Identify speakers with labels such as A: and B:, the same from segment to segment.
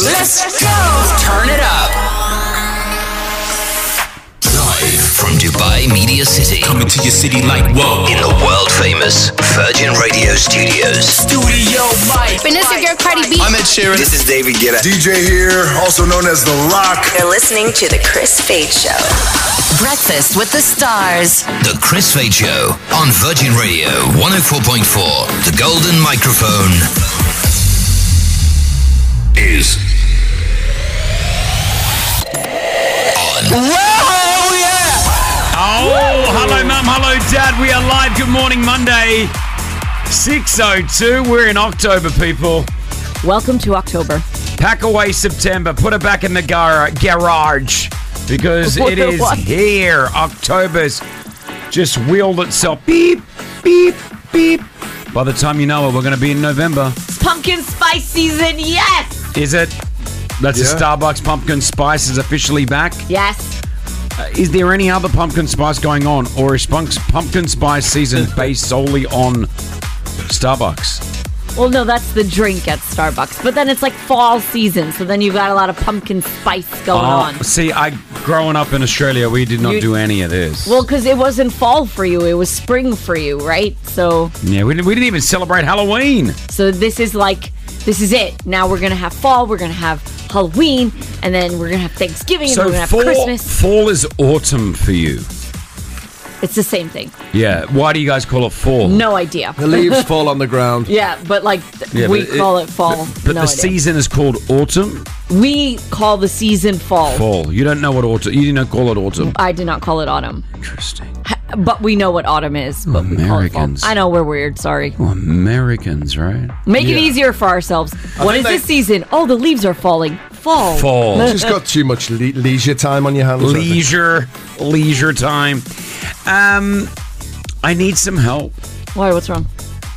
A: Let's go. Turn it up.
B: Live
C: From Dubai Media City,
B: coming to your city like whoa.
C: in the world famous Virgin Radio Studios,
A: Studio Mike.
D: And this is your Cardi B.
E: I'm Ed Sheeran.
F: This is David Guetta.
G: DJ here, also known as The Rock.
H: You're listening to The Chris Fade Show.
A: Breakfast with the Stars.
C: The Chris Fade Show on Virgin Radio 104.4. The golden microphone is on.
I: Oh, hello, mum. Hello, dad. We are live. Good morning, Monday. 6.02. We're in October, people.
J: Welcome to October.
I: Pack away September. Put it back in the gar- garage because it is
J: What?
I: here. October's just wheeled itself. Beep, beep, beep. By the time you know it, we're going to be in November.
J: Pumpkin spice season, yes!
I: Is it? That's
F: Yeah.
I: a Starbucks pumpkin spice is officially back.
J: Yes.
I: Is there any other pumpkin spice going on, or is punk- pumpkin spice season based solely on Starbucks?
J: Well, no, that's the drink at Starbucks. But then it's like fall season, so then you've got a lot of pumpkin spice going on.
I: Oh, see, I growing up in Australia, we did not
J: You-
I: do any of this.
J: Well, because it wasn't fall for you, it was spring for you, right? So,
I: yeah, we, didn't- we didn't even celebrate Halloween.
J: so this is like, this is it. Now we're gonna have fall, we're gonna have Halloween, and then we're gonna have Thanksgiving, and
I: so
J: we're gonna have
I: fall,
J: Christmas.
I: fall is autumn for you.
J: It's the same thing.
I: Yeah. Why do you guys call it fall?
J: No idea.
E: The leaves fall on the ground.
J: Yeah, but like th-
I: Yeah,
J: we
I: but it-
J: call it fall.
I: But
J: No
I: the
J: idea.
I: season is called autumn.
J: We call the season fall.
I: Fall. You don't know what autumn. You didn't call it autumn.
J: I did not call it autumn.
I: Interesting. Oh,
J: But we know what autumn is. But we call it fall.
I: Americans.
J: I know we're weird. Sorry.
I: Americans, right?
J: Make it
E: Yeah.
J: easier for ourselves. what is
E: think they-
J: this season? Oh, the leaves are falling. Fall.
I: Fall.
E: It's just got too much le- leisure time on your hands. I think.
I: leisure leisure time um i need some help
J: Why? What's wrong?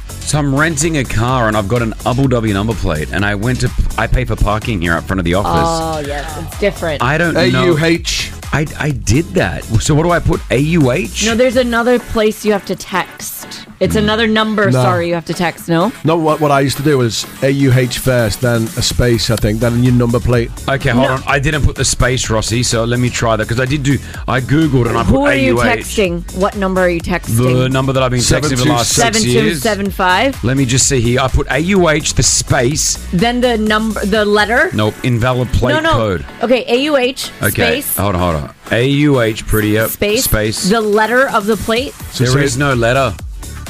I: so i'm renting a car and i've got an abu dhabi number plate and i went to i pay for parking here out front of the office
J: Oh yes, it's different.
I: i don't know
E: AUH.
I: I, I did that so what do i put auh
J: no, there's another place you have to text. It's
I: Hmm.
J: another number.
E: No.
J: Sorry, you have to text. No.
E: No, what, what I used to do was AUH first, then a space, I think, then your number plate.
I: okay hold on i didn't put the space rossi so let me try that because i did do i googled and i put
J: Who are
I: auh
J: you texting? What number are you
I: the
J: texting?
I: number that i've been
E: Seven
I: texting for
E: two
I: the last
J: Seven
I: six
J: two
I: years
J: seven five.
I: let me just see here i put auh the space
J: Then the number, the letter.
I: nope invalid plate
J: no, no.
I: code
J: Okay, A U H
I: Okay,
J: space
I: hold on, hold on. A U H, pretty up.
J: space
I: Space.
J: the letter of the plate.
E: So
I: there
E: say-
I: is no letter.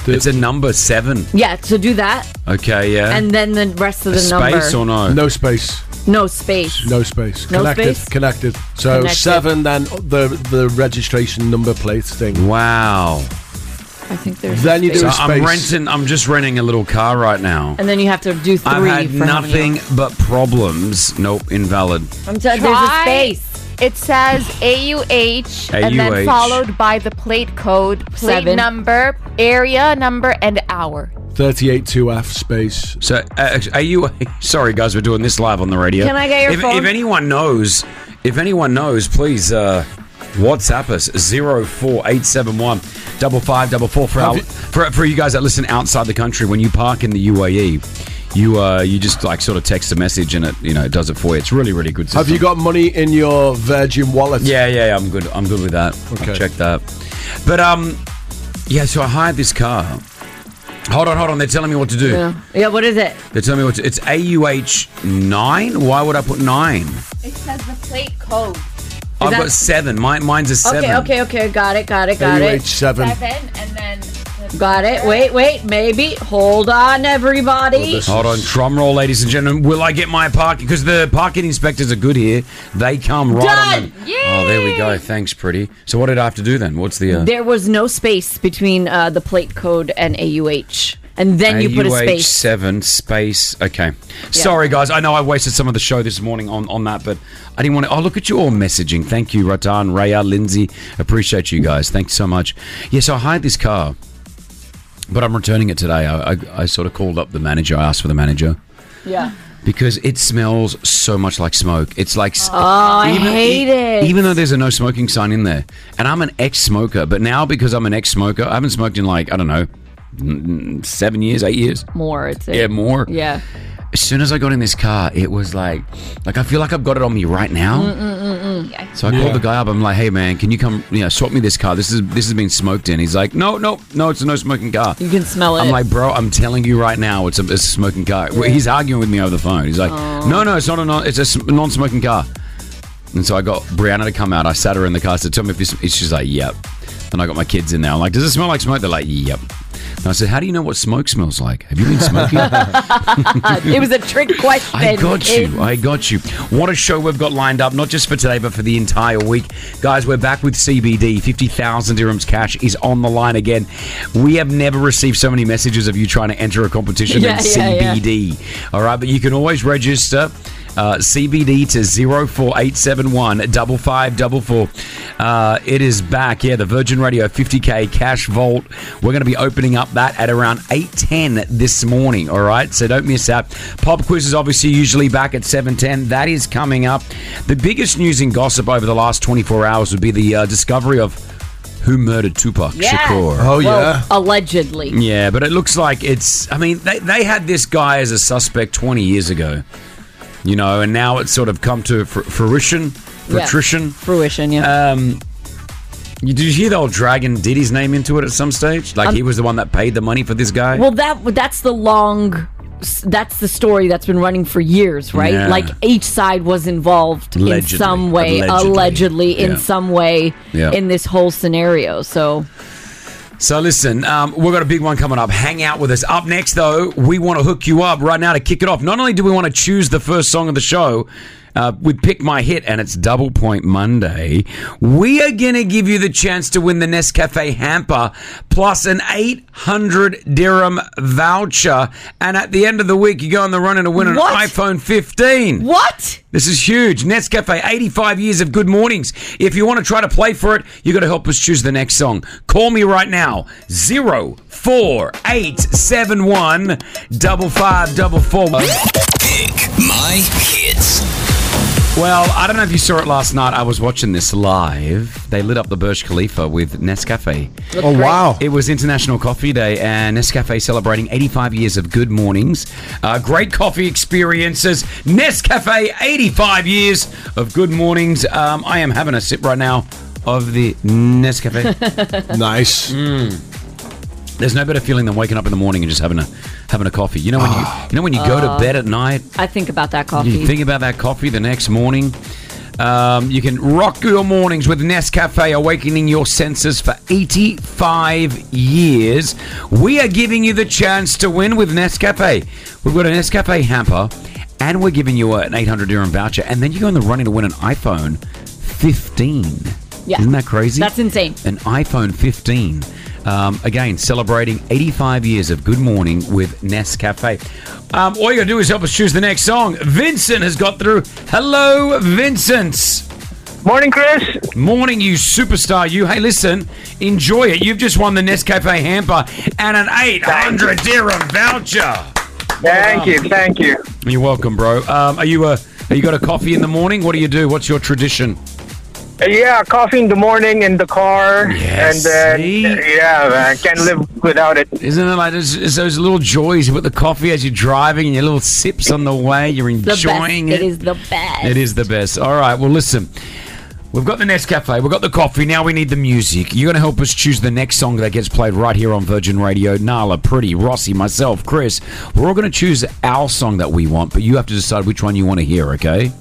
I: It's a number seven.
J: Yeah, so do that,
I: Okay, yeah.
J: and then the rest of
I: Eh? A
J: the number.
I: space or no?
E: No space.
J: No space.
E: No space.
J: No
E: connected,
J: space?
E: Connected. So
J: Connected.
E: seven, then the the registration number plate thing.
I: Wow.
J: I think there's.
E: Then you
I: So
E: do a
I: I'm
E: space.
I: renting. I'm just renting a little car right now.
J: And then you have to do 3
I: I've had
J: for
I: nothing but problems. Nope, invalid.
J: I'm telling there's a
D: Try-
J: space.
D: It says AUH and
I: AUH.
D: then followed by the plate code, plate
J: Seven.
D: number, area number, and hour.
E: 38 2F space.
I: So, uh, are you? Sorry, guys, we're doing this live on the radio.
J: Can I get your
I: if,
J: phone?
I: If anyone knows, if anyone knows, please uh, WhatsApp us zero four eight seven one double five double four for our,
E: Have you-
I: for for you guys that listen outside the country. When you park in the UAE, you uh, you just like sort of text a message and it you know it does it for you. It's really really good. System.
E: Have you got money in your Virgin wallet?
I: Yeah, yeah, yeah, I'm good. I'm good with that.
E: Okay.
I: I've checked that. But um, yeah. So I hired this car. Hold on, hold on. They're telling me what to do.
J: Yeah. Yeah. What is it?
I: They tell me what to, it's AUH nine. Why would I put nine?
D: It says the plate code.
I: I've
J: that-
I: got seven. Mine, mine's a seven.
J: Okay. Okay. Okay. Got it. Got it. Got
E: AUH
J: it.
E: 7.
D: and then.
J: Got it. Wait. Wait. Maybe. Hold on, everybody.
E: this-
I: Hold on, drum roll, ladies and gentlemen. Will I get my parking? Because the parking inspectors are good here. They come right on.
J: Done.
I: The, oh, there we go. Thanks, pretty. So what did I have to do then? What's the uh,
J: There was no space between uh, the plate code and AUH, and then you put a
I: AUH
J: space.
I: seven space? Okay. Sorry, guys. I know I wasted some of the show this morning on on that, but I didn't want to. Oh, look at you all messaging. Thank you, Ratan, Raya, Lindsay. Appreciate you guys. Thanks so much. Yes, I hired this car, but I'm returning it today. I, I, I sort of called up the manager. I asked for the manager
J: Yeah.
I: because it smells so much like smoke. It's like oh,
J: I hate it.
I: Even though there's a no smoking sign in there, and I'm an ex-smoker, but now because I'm an ex-smoker, I haven't smoked in like I don't know, mm, seven years, eight years.
J: More. It's
I: Yeah, more.
J: Yeah.
I: As soon as I got in this car, it was like, like I feel like I've got it on me right now. So I called the guy up. I'm like, "Hey man, can you come? You know, swap me this car. This is this has been smoked in." He's like, "No, no, no, it's a no smoking car."
J: You can smell it.
I: I'm like, "Bro, I'm telling you right now, it's a, it's a smoking car." Well, He's arguing with me over the phone. He's like, "No, no, it's not a non, it's a s- non-smoking car." And so I got Brianna to come out. I sat her in the car. I said, "Tell me if this." and She's like, "Yep." Then I got my kids in there. I'm like, "Does it smell like smoke?" They're like, "Yep." And I said, "How do you know what smoke smells like? Have you been smoking?"
J: it was a trick question.
I: I got
J: It-
I: you. I got you. What a show we've got lined up, not just for today, but for the entire week. Guys, we're back with CBD. 50,000 dirhams cash is on the line again. We have never received so many messages of you trying to enter a competition
J: Yeah,
I: than
J: yeah, yeah.
I: CBD. All right, but you can always register. Uh, CBD to 04871 5544. Uh, it is back. Yeah, the Virgin Radio 50K Cash Vault. We're going to be opening up that at around 8.10 this morning. All right, so don't miss out. Pop quiz is obviously usually back at 7.10. That is coming up. The biggest news and gossip over the last 24 hours would be the uh, discovery of who murdered Tupac
J: Yes.
I: Shakur.
E: Oh
J: Well,
E: yeah.
J: allegedly.
I: Yeah, but it looks like it's. I mean, they, they had this guy as a suspect 20 years ago, you know, and now it's sort of come to fr- fruition.
J: Yeah.
I: Fruition.
J: Fruition, yeah.
I: Um, you, did you hear the old dragon did his name into it at some stage? Like he was the one that paid the money for this guy?
J: Um, well, that that's the long. That's the story that's been running for years, right?
I: Yeah.
J: Like each side was involved
I: Allegedly.
J: in some way,
I: Allegedly.
J: allegedly, in
I: Yeah.
J: some way
I: Yeah.
J: in this whole scenario. So
I: So listen, um, we've got a big one coming up. Hang out with us. Up next, though, we want to hook you up right now to kick it off. Not only do we want to choose the first song of the show, uh, we pick my hit, and it's Double Point Monday. We are gonna give you the chance to win the Nescafe hamper plus an eight hundred dirham voucher, and at the end of the week, you go on the run and win an
J: What?
I: iPhone fifteen.
J: what?
I: This is huge. Nescafe, 85 years of good mornings. If you want to try to play for it, you got to help us choose the next song. Call me right now. 04871 5544.
C: Pick my hits.
I: Well, I don't know if you saw it last night. I was watching this live. They lit up the Burj Khalifa with Nescafe.
E: Oh wow.
I: It was International Coffee Day, and Nescafe celebrating 85 years of good mornings, uh, great coffee experiences. Nescafe, 85 years of good mornings. Um, I am having a sip right now of the Nescafe. Mm.
E: Nice.
I: There's no better feeling than waking up in the morning and just having a having a coffee. You know when you you know when you go to bed at night
J: I think about that coffee.
I: you think about that coffee the next morning. Um, you can rock your mornings with Nescafe, awakening your senses for 85 years. We are giving you the chance to win with Nescafe. We've got a Nescafe hamper, and we're giving you an 800 dirham voucher, and then you go on the running to win an iPhone 15.
J: Yeah.
I: Isn't that crazy?
J: That's insane.
I: An iPhone 15. Um, again, celebrating 85 years of Good Morning with Nescafe. Um, all you gotta do is help us choose the next song. Vincent has got through. Hello, Vincent.
F: Morning, Chris.
I: Morning, you superstar. You. Hey, listen, enjoy it. You've just won the Nescafe hamper and an 800 dirham voucher.
F: Thank you, thank you.
I: You're welcome, bro. Um, are you a? Are you got a coffee in the morning? What do you do? What's your tradition?
F: Uh, Yeah, coffee in the morning in the car,
I: Yes,
F: and then
I: see?
F: yeah, man, can't live without it.
I: Isn't it like there's, there's those little joys with the coffee as you're driving and your little sips on the way? You're
J: the
I: enjoying
J: best.
I: it.
J: It is the best.
I: It is the best. All right. Well, listen. We've got the Nescafe, we've got the coffee, now we need the music. You're going to help us choose the next song that gets played right here on Virgin Radio. Nala, Pretty, Rossi, myself, Chris, we're all going to choose our song that we want, but you have to decide which one you want to hear, okay?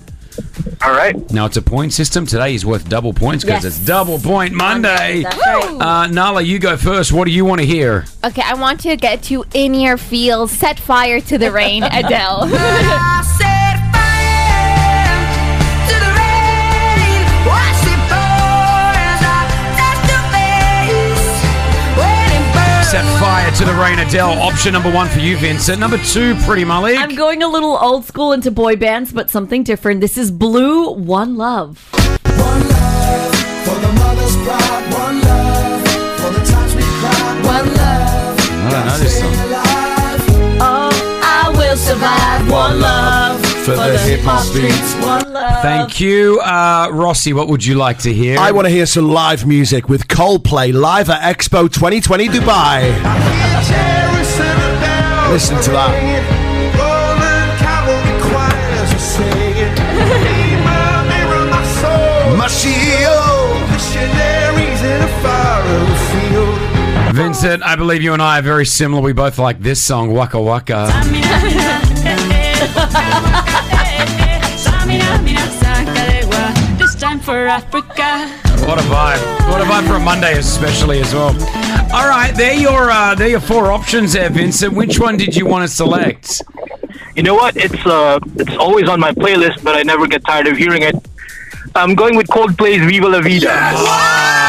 F: All right.
I: Now, it's a point system. Today is worth double points because
J: Yes.
I: it's Double Point Monday.
J: That's right.
I: Uh, Nala, you go first. What do you want to hear?
D: Okay, I want to get to In Your Feels, Set Fire to the Rain, Adele.
I: Set fire to the rain, Adele. Option number one for you, Vincent. Number two, Pretty Malik.
J: I'm going a little old school into boy bands, but something different. This is Blue One Love.
I: I don't know this song.
J: Oh, I will survive. One love
E: For the hip hop beats.
J: One love.
I: Thank you, uh, Rossi. What would you like to hear?
E: I want to hear some live music with Coldplay live at Expo 2020 Dubai. Listen to that.
I: Vincent, I believe you and I are very similar. We both like this song, Waka Waka.
K: This time for Africa.
I: What a vibe! What a vibe for a Monday, especially as well. All right, they're your uh, they're your four options there, Vincent. Which one did you want to select?
F: You know what? It's uh, it's always on my playlist, but I never get tired of hearing it. Um, I'm going with Coldplay's "Viva La Vida."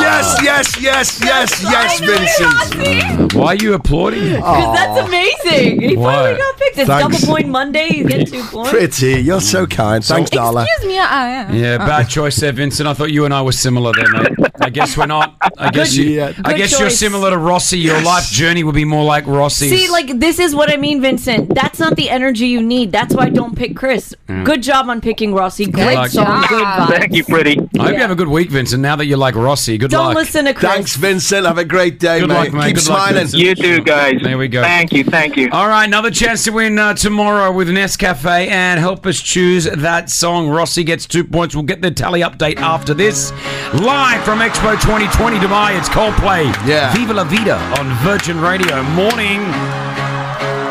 E: Yes, yes, yes, yes, yes, Vincent.
I: Why are you applauding?
J: Because that's amazing. He
I: Why?
J: finally got picked. It's
E: Thanks.
J: double point Monday. You get two points.
E: Pretty, you're so kind. Thanks, Darla.
D: Excuse me, I am.
I: Yeah,
J: Uh-huh.
E: Ah.
I: bad choice there, Vincent. I thought you and I were similar there, mate. I guess we're not. I guess you.
E: yeah.
I: I
J: Good
I: guess you're
J: choice.
I: similar to Rossi. Your life journey will be more like Rossi's.
J: See, like this is what I mean, Vincent. That's not the energy you need. That's why I don't pick Chris. Good job on picking Rossi. Great
I: luck.
J: song, good vibe.
F: Thank you, pretty.
I: I hope you have a good week, Vincent. Now that you're like Rossi, good
J: Don't
I: luck.
J: listen to Chris.
E: Thanks, Vincent. Have a great day,
I: Good
E: mate.
I: luck, mate.
E: Keep
I: Good luck,
E: smiling.
I: Vincent.
F: You too, guys.
I: There we go.
F: Thank you, thank you.
I: All right, another chance to win uh, tomorrow with Nescafe and help us choose that song. Rossi gets two points. We'll get the tally update after this. Live from Expo 2020 Dubai, it's Coldplay.
E: Yeah.
I: Viva La Vida on Virgin Radio. Morning.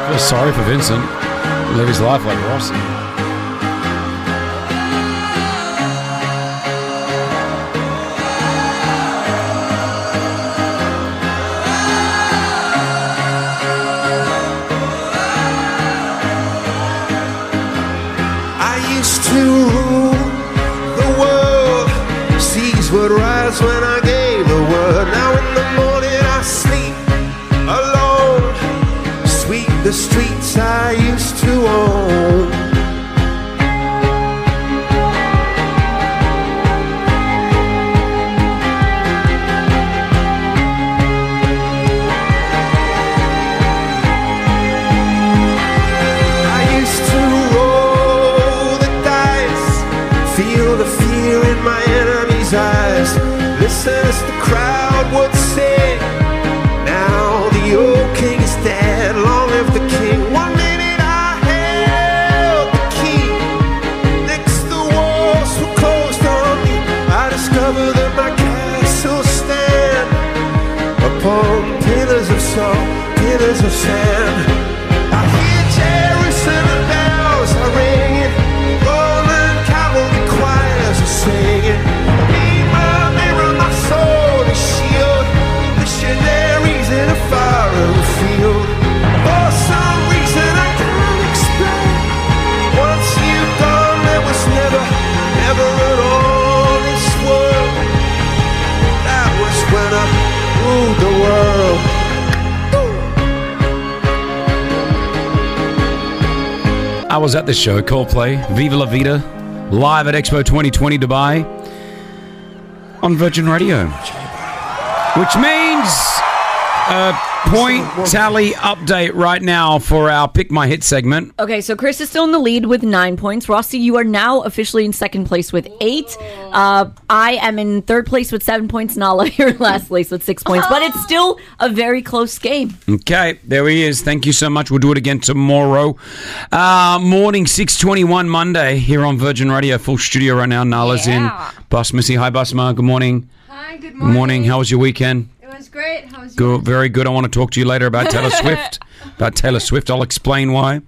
I: feel sorry for Vincent. Live his life like Rossi.
G: I used to rule the world. Seas would rise when I gave the word. Now in the morning I sleep alone. Sweep the streets I used to own. I used to roll the dice, feel the fear in my enemy's eyes. Listen as the crowd would sing. Now the old king is dead, long live the king. One minute I held the key, next the walls were closed on me. I discovered that my castle stand upon pillars of salt, pillars of sand. I hear Jerusalem bells are ringing, Roman cavalry choirs are singing. Be my mirror, my sword and shield, missionaries in a foreign field. For some reason I can't explain. Once you've gone, there was never, never an honest word. That was when I ruled the world.
I: I was at the show, Coldplay, Viva La Vida, live at Expo 2020 Dubai on Virgin Radio. Which means a point tally update right now for our Pick My Hit segment.
J: Okay, so Chris is still in the lead with nine points. Rossi, you are now officially in second place with eight. Uh, I am in third place with seven points. Nala, you're in last place with six points. But it's still a very close game.
I: Okay, there he is. Thank you so much. We'll do it again tomorrow uh, morning, 6.21 Monday here on Virgin Radio. Full studio right now. Nala's
K: Yeah.
I: in. Bus Missy. Hi, Bus Ma. Good morning.
K: Hi, good
I: Good
K: morning.
I: morning. How was your weekend?
K: It was great. How was
I: Good, very good. I want to talk to you later about Taylor Swift. About Taylor Swift, I'll explain why.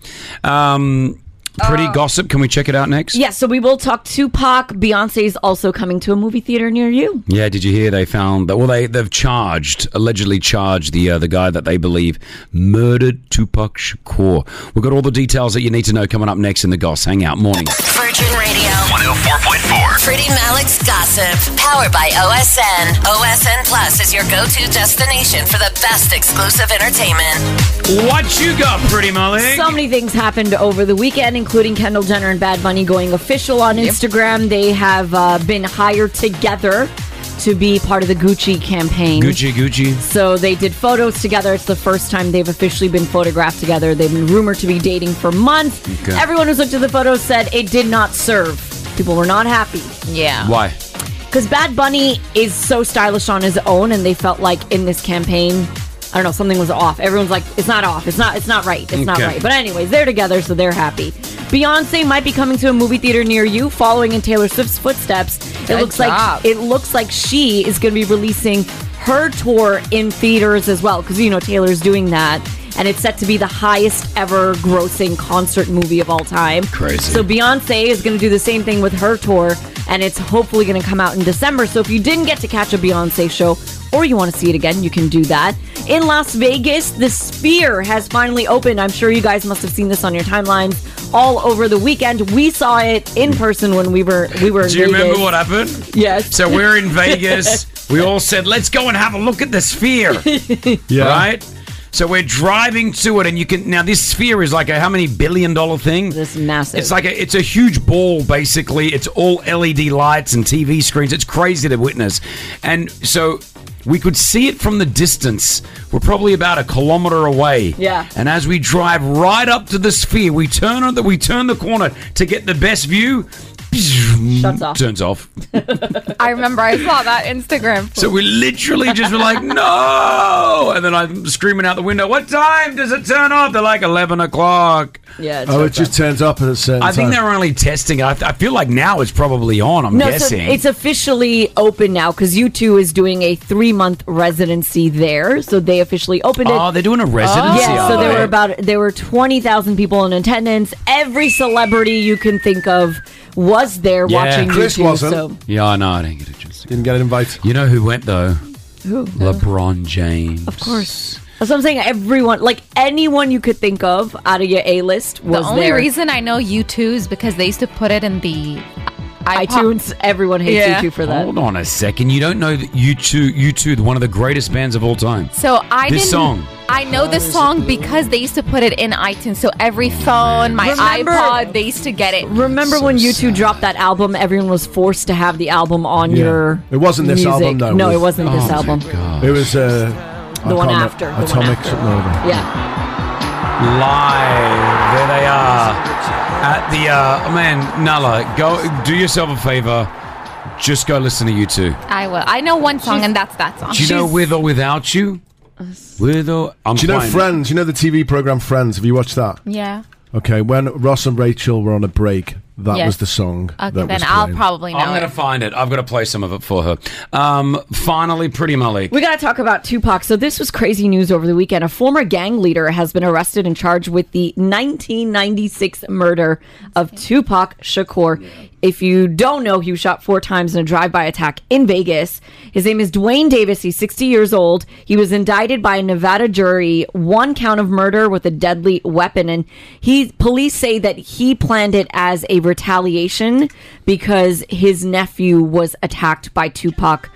I: Um,
K: Oh.
I: pretty gossip. Can we check it out next?
J: Yes, so we will talk Tupac. Beyonce is also coming to a movie theater near you.
I: Yeah. Did you hear they found that? Well, they they've charged, allegedly charged the uh, the guy that they believe murdered Tupac Shakur. We've got all the details that you need to know coming up next in the Goss Hangout morning.
A: Virgin Radio.
C: 104.4.
A: Pretty Malik's Gossip. Powered by OSN. OSN Plus is your go to destination for the best exclusive entertainment.
I: What you got, Pretty Malik?
J: So many things happened over the weekend, including Kendall Jenner and Bad Bunny going official on Instagram. They have uh, been hired together to be part of the Gucci campaign.
I: Gucci, Gucci.
J: So they did photos together. It's the first time they've officially been photographed together. They've been rumored to be dating for months.
I: Okay.
J: Everyone who's looked at the photos said it did not serve. People were not happy
D: Yeah.
I: Why?
J: because Bad Bunny is so stylish on his own, and they felt like in this campaign, I don't know, something was off. Everyone's like, it's not off. It's not. It's not right. It's not
I: Okay.
J: right. But anyways, they're together, so they're happy. Beyonce might be coming to a movie theater near you, following in Taylor Swift's footsteps. it
D: Good
J: looks
D: job.
J: like it looks like she is going to be releasing her tour in theaters as well, because you know Taylor's doing that, and it's set to be the highest ever grossing concert movie of all time.
I: Crazy.
J: So Beyonce is going to do the same thing with her tour, and it's hopefully going to come out in December. So if you didn't get to catch a Beyonce show, or you want to see it again, you can do that. In Las Vegas, the Sphere has finally opened. I'm sure you guys must have seen this on your timelines all over the weekend. We saw it in person when we were we were. in
I: Do you remember
J: Vegas.
I: what happened?
J: Yes.
I: So we're in Vegas. we all said, let's go and have a look at the sphere.
E: Yeah.
I: Right? So we're driving to it, and you can now. This sphere is like a how many billion dollar thing? This
J: massive.
I: It's like a, it's a huge ball, basically. It's all LED lights and TV screens. It's crazy to witness, and so we could see it from the distance. We're probably about a kilometer away.
J: Yeah.
I: And as we drive right up to the sphere, we turn on the, we turn the corner to get the best view. Shuts
D: off.
I: Turns off.
D: I remember I saw that Instagram.
I: So we literally just were like, no! And then I'm screaming out the window, what time does it turn off? They're like, 11 o'clock.
J: Yeah.
E: Oh, it just turns up at a certain
I: I think
E: time.
I: they're only testing it. I, I feel like now it's probably on, I'm
J: no,
I: guessing.
J: so it's officially open now because U2 is doing a three month residency there. So they officially opened it.
I: Oh, they're doing a residency,
J: Yeah,
I: are
J: so there
I: they?
J: were about there were twenty thousand people in attendance. Every celebrity you can think of was there watching. U2, So.
I: Yeah, I know. I didn't get a chance.
E: Didn't get an invite.
I: You know who went, though?
J: Who?
I: LeBron James.
J: Of course. That's what I'm saying. Everyone, like anyone you could think of out of your A list,
D: The
J: was
D: only
J: there.
D: reason I know U2 is because they used to put it in the iPod-
J: iTunes, everyone hates
D: Yeah.
J: you for that.
I: Hold on a second. You don't know that U2, U2, one of the greatest bands of all time.
D: So I
I: This
D: didn't.
I: song.
D: I know this song because they used to put it in iTunes. So every phone, my
J: Remember-
D: iPod, they used to get it.
J: Remember when U2 dropped that album? Everyone was forced to have the album on
E: Yeah.
J: your.
E: It wasn't this
J: music.
E: album, though.
J: No,
E: was Oh,
J: it wasn't this album.
I: Oh,
E: It was uh, I
J: The one
E: can't remember-
J: after, the one
E: Atomic
J: after.
E: something or other.
J: Yeah.
I: Live. There they are. At the uh oh, man, Nala, go do yourself a favor. Just go listen to you two.
D: I will. I know one song, and that's that song.
I: Do you know with or without you? With or I'm
E: Do you know
I: fine.
E: Friends? You know the TV program Friends? Have you watched that?
D: Yeah.
E: Okay, when Ross and Rachel were on a break, that
D: Yeah.
E: was the song.
D: Okay,
E: that
D: then
E: was
D: I'll
E: playing.
D: probably know
I: I'm gonna
D: it.
I: find it. I've gotta play some of it for her. Um finally pretty Malik.
J: We got to talk about Tupac. So, this was crazy news over the weekend. A former gang leader has been arrested and charged with the 1996 murder of Tupac Shakur. If you don't know, he was shot four times in a drive by attack in Vegas. His name is Dwayne Davis. He's 60 years old. He was indicted by a Nevada jury, one count of murder with a deadly weapon. And he, police say that he planned it as a retaliation because his nephew was attacked by Tupac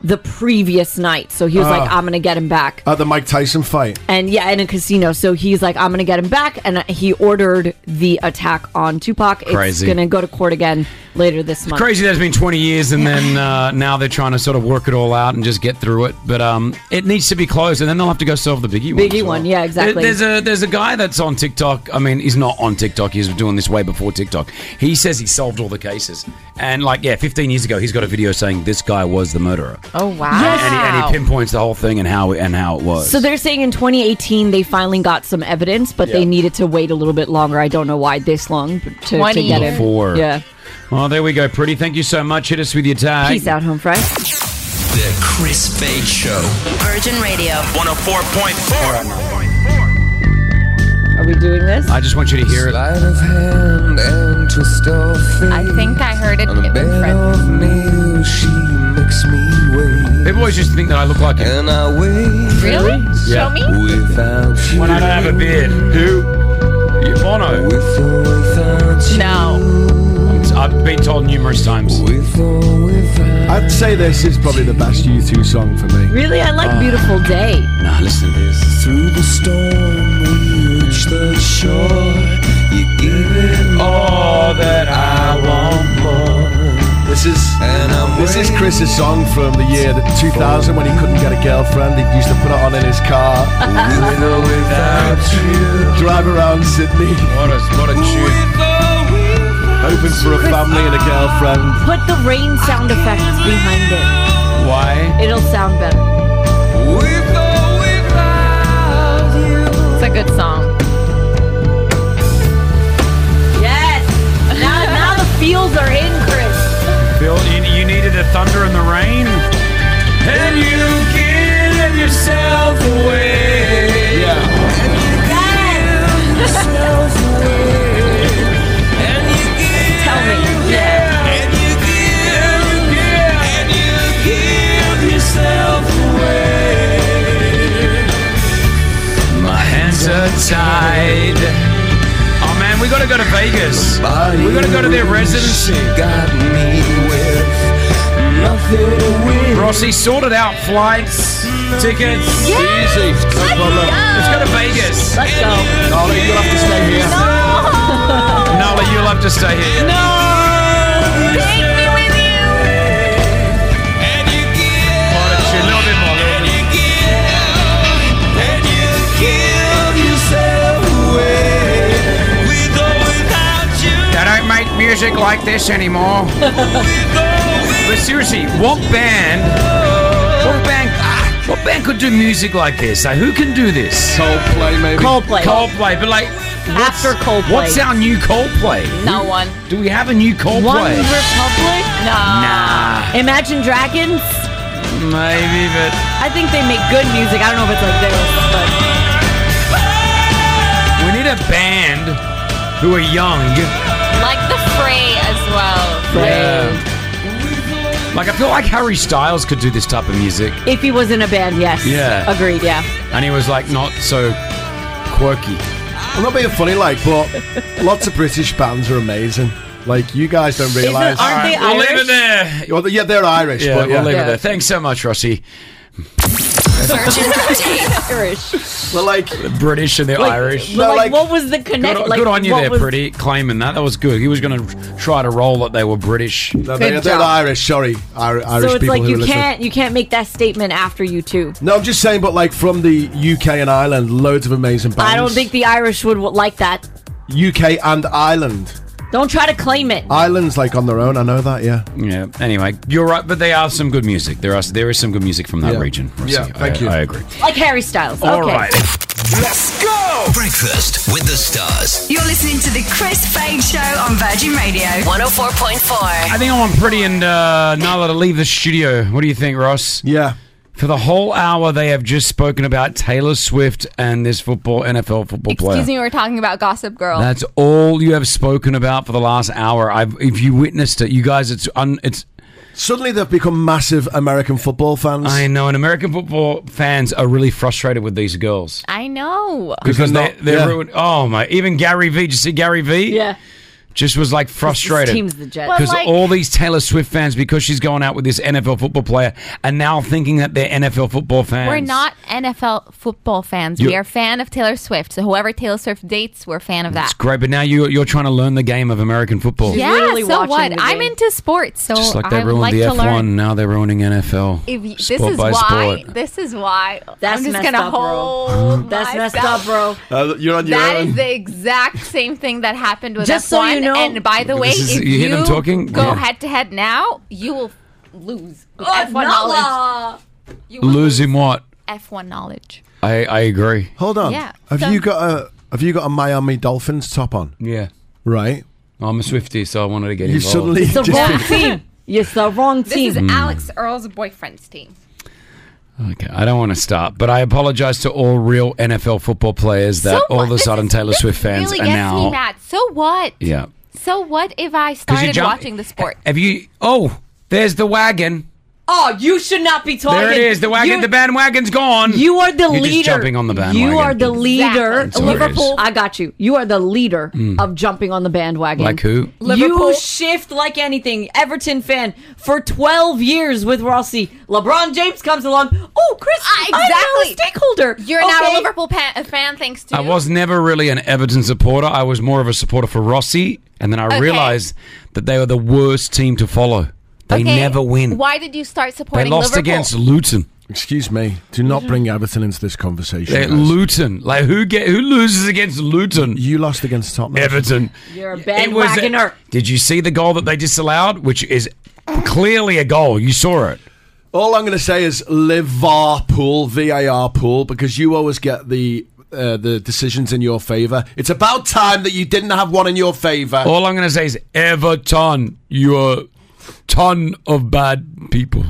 J: the previous night. So he was like,
E: Ah.
J: I'm going to get him back.
E: At the Mike Tyson fight.
J: And yeah, in a casino. So he's like, I'm going to get him back. And uh, he ordered the attack on Tupac.
I: Crazy.
J: It's going to go to court again later this month.
I: Crazy that it's been 20 years and then uh, now they're trying to sort of work it all out and just get through it. But um, it needs to be closed and then they'll have to go solve the biggie one.
J: Biggie
I: as well.
J: one, yeah, exactly.
I: There- There's a there's a guy that's on TikTok. I mean, he's not on TikTok. He's doing this way before TikTok. He says he solved all the cases. And like, yeah, 15 years ago, he's got a video saying this guy was the murderer.
D: Oh wow.
I: And, he, and he pinpoints the whole thing and how and how it was.
J: So they're saying in 2018 they finally got some evidence, but they
I: Yeah.
J: needed to wait a little bit longer. I don't know why this long but to, to
D: 20
J: get him.
I: before.
J: Yeah.
I: Well, there we go. Pretty. Thank you so much. Hit us with your tag.
J: Peace out, home fry.
C: The Chris Fade Show.
A: Virgin Radio.
B: 104.4.
J: Are we doing this?
I: I just want you to hear it.
G: Sleight of hand and twist of fate.
D: I think I heard it
G: On a
D: in
G: bed
D: Friends.
G: of nails, she makes me wait.
I: People always just think that I look like him
G: And I wait
D: Really?
I: Yeah.
D: Show me.
G: without you.
I: when I don't have a beard. Who? You- Bono.
G: With or without you.
D: No.
I: I've been told numerous times.
G: With or without
E: I'd say this is probably the best U2 song for me.
J: Really? I like Beautiful Day.
I: Nah, listen to this.
G: Through the storm we reach the shore. You give it
I: All that I want more.
E: This is
G: and I'm
E: this is
G: waiting.
E: Chris's song from the year that 2000 when he couldn't get a girlfriend. He used to put it on in his car,
G: With or without you.
E: drive around Sydney,
I: What a what a tune.
G: With or without
E: hoping for a family and a girlfriend.
J: Put the rain sound effects behind it.
I: Why?
J: It'll sound better.
G: With or without you.
D: It's a good song.
J: Yes. Now, now the fields are in, Chris.
I: Bill, you, you needed the thunder and the rain. And you give
G: yourself away. Yeah. And you give yourself away. And you give. Tell me. Yeah. And you give, give, and you give yourself away.
I: My hands are tied. Oh man, we gotta go to Vegas. We gotta go to their residency. Rossi sorted out flights, tickets.
E: Easy. No problem.
I: Let's go to Vegas. Let's go.
E: Nolly, you'll have to stay here.
I: Nala, you'll have to stay here. More, let's see, a little bit more, a little bit more. They don't make music like this anymore. but seriously, what band? What band? ah, What band could do music like this? Like, who can do this?
E: Coldplay, maybe.
J: Coldplay.
I: Coldplay, but like. what's-
J: After Coldplay.
I: What's our new Coldplay?
D: No one.
I: Do we have a new
J: One
I: Coldplay?
J: Republic?
I: Nah,
J: Imagine Dragons?
I: maybe, but.
J: I think they make good music. I don't know if it's like theirs,
I: We need a band who are young.
D: Like the fray as well.
J: Oh,
I: Yeah. Like I feel like Harry Styles could do this type of music,
J: but if he was in a band, yes.
I: Yeah.
J: Agreed, yeah.
I: and he was like not so quirky.
E: I'm not being funny, like, but lots of British bands are amazing. Like, you guys don't
J: Isn't-
E: realise.
J: aren't they
I: we'll leave
J: Irish?
I: it there.
E: Well, yeah, they're Irish,
I: Yeah,
E: but
I: we'll
E: yeah.
I: leave it
J: Yeah.
I: there. Thanks so much, Rossi.
A: Virgin update.
J: Irish.
E: But like,
I: The British and the
J: Like,
I: Irish.
J: but,
E: No,
J: like,
E: like-
J: what was the connection?
I: Good,
J: like,
I: good on you
J: what
I: there,
J: was-
I: pretty claiming that. That was good. He was going to try to roll that they were British.
E: no, they're,
J: Good
E: they're
J: job.
E: Irish. Sorry, Ir- Irish
J: So it's
E: people
J: like
E: who
J: you
E: listen.
J: can't you can't make that statement after you two.
E: No, I'm just saying, but like from the UK and Ireland, loads of amazing bands.
J: I don't think the Irish would w- like that.
E: UK and Ireland.
J: Don't try to claim it.
E: Ireland's like on their own. I know that. Yeah.
I: Yeah. Anyway, you're right, but they are some good music. There are there is some good music from that
E: Yeah.
I: region. Rossi.
E: Yeah, thank
I: I,
E: you.
I: I agree.
J: Like Harry Styles.
I: All
J: okay.
I: right.
C: Breakfast with the stars.
L: You're listening to the Chris Fade Show on Virgin Radio.
A: 104.4.
I: I think I want Pretty and uh, Nala to leave the studio. What do you think, Ross?
E: Yeah.
I: For the whole hour, they have just spoken about Taylor Swift and this football NFL football player.
D: Excuse me, we're talking about Gossip Girl.
I: That's all you have spoken about for the last hour. I've, if you witnessed it, you guys, it's un, it's.
E: Suddenly they've become massive American football fans.
I: I know, and American football fans are really frustrated with these girls
D: I know.
I: because
E: they're
I: they,
E: not-
I: they're
E: yeah.
I: ruined. Oh my! Even Gary V. Did you see Gary V?
J: Yeah.
I: just was like frustrated.
J: This team's the Jets.
I: Because
D: But, like-
I: all these Taylor Swift fans, because she's going out with this NFL football player, are now thinking that they're NFL football fans.
D: We're not NFL football fans.
I: You-
D: we are fan of Taylor Swift. So whoever Taylor Swift dates, we're fan of that.
I: It's great, but now you, you're trying to learn the game of American football.
J: Yeah.
D: Yeah,
J: Literally
D: so
J: watching
D: what?
J: the
D: I'm
J: game.
D: into sports, so
I: Just like they
D: I would
I: ruined
D: like
I: the
D: to
I: F1,
D: learn.
I: now they're ruining NFL.
D: If you, this
I: Sport
D: is
I: by
D: why.
I: sport.
D: This is why.
J: That's
D: I'm just
J: messed
D: gonna
J: up, bro.
D: hold.
J: That's messed
D: myself.
J: up, bro.
E: Uh, you're on your
D: That
E: own.
D: is the exact same thing that happened with
J: Just
D: F1.
J: so you know-
D: and by the way,
I: This is-
D: if
I: you
D: you,
I: hear them talking?
D: go
I: Yeah.
D: head to head now, you will lose
J: Oh,
D: with F1 knowledge. You will lose
I: Losing what?
D: F1 knowledge.
I: I, I agree.
E: Hold on.
D: Yeah.
E: Have
D: So-
E: you got a Have you got a Miami Dolphins top on?
I: Yeah.
E: Right.
I: I'm a Swifty, so I wanted to get
E: You
I: involved.
E: suddenly
J: It's the
E: just
J: wrong team. It's the wrong
D: This is
J: team.
D: Alex Earl's boyfriend's team.
I: Okay, I don't want to start, but I apologize to all real NFL football players that all of a
D: this
I: sudden
D: is-
I: Taylor
D: this
I: Swift fans
D: really
I: are
D: gets
I: now.
D: me mad. So what?
I: Yeah.
D: So what if I
I: 'Cause you
D: started
I: jump-
D: watching the sport?
I: Have you? Oh, there's the wagon.
J: Oh, you should not be talking.
I: There it is. The wagon.
J: You-
I: the bandwagon's gone.
J: You are the
I: You're
J: leader.
I: Just jumping on the bandwagon.
J: You are the leader.
D: That's
I: what it is.
J: I got you. You are the leader of jumping on the bandwagon.
I: Mm. Like who?
J: You
D: Liverpool.
J: shift like anything. Everton fan for 12 years with Rossi. LeBron James comes along. Oh, Chris,
D: Ah,
J: I'm now a
D: exactly.
J: stakeholder.
D: You're not
J: Okay.
D: a Liverpool pan, fan, thanks to
I: I was never really an Everton supporter. I was more of a supporter for Rossi, and then I
D: Okay.
I: realized that they were the worst team to follow. They
D: Okay,
I: never win.
D: Why did you start
I: They
D: supporting
I: lost
D: Liverpool?
I: against Luton.
E: Excuse me. Do not bring Everton into this conversation.
I: They-
E: guys.
I: Luton. Like who get who loses against Luton?
E: you lost against Tottenham.
I: Everton.
J: You're a
I: It was-
J: bandwagoner.
I: Did you see the goal that they disallowed, which is clearly a goal? You saw it.
E: All I'm going to say is Liverpool, VAR pool, because you always get the uh, the decisions in your favour. It's about time that you didn't have one in your favour.
I: All I'm going to say is Everton, you are a ton of bad people.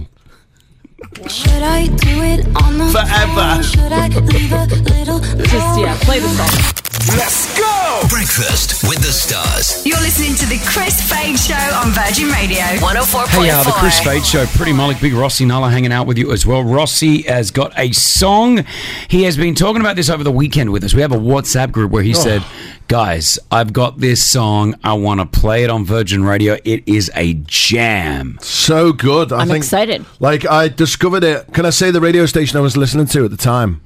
M: Should I do it on the
E: Forever.
M: phone? Should I leave a little Just, yeah, play the song.
C: Let's go! Breakfast with the stars.
L: You're listening to the Chris Fade Show on Virgin Radio. 104.4.
I: Hey, uh, the Chris Fade Show. Pretty Malik, Big Rossi Nala hanging out with you as well. Rossi has got a song. He has been talking about this over the weekend with us. We have a WhatsApp group where he
N: Oh.
I: said, Guys, I've got this song. I want to play it on Virgin Radio. It is a jam.
E: So good. I
I: I'm
E: think,
I: excited.
E: Like, I discovered it. Can I say the radio station I was listening to at the time?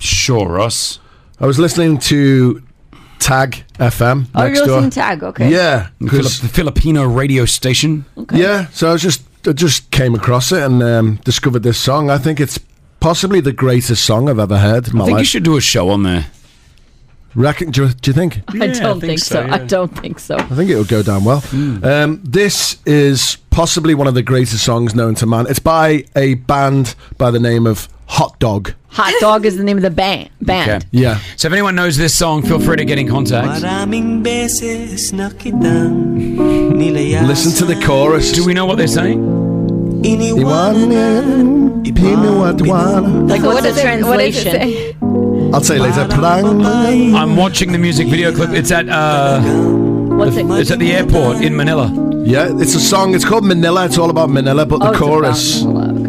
I: Sure, Ross.
E: I was listening to Tag FM.
O: Oh,
E: next
O: you're
E: door.
O: listening to Tag, okay.
E: Yeah.
I: The
E: 'cause-
I: Fili- Filipino radio station.
E: Yeah, so I was just I just came across it and um, discovered this song. I think it's possibly the greatest song I've ever heard. In my
I: I think
E: life.
I: you should do a show on there.
E: Reckon? Do you, do you think?
J: I don't think, so. I
E: yeah.
J: don't think so.
E: I think it'll go down well. Um, this is possibly one of the greatest songs known to man. It's by a band by the name of Hot Dog.
J: Hot Dog is the name of the band. band.
E: Yeah.
I: So if anyone knows this song, feel free to get in contact.
P: Maraming beses na kitang
E: Listen to the chorus. Do
I: we know what they're saying?
E: Iniwanan, ipinawatawan.
J: Like, what's the translation?
E: I'll say later.
I: I'm watching the music video clip. It's at uh,
J: What's
I: the, It's at the airport in Manila.
E: Yeah, it's a song. It's called Manila. It's all about Manila, but
I: Oh,
E: the
I: it's about
E: chorus.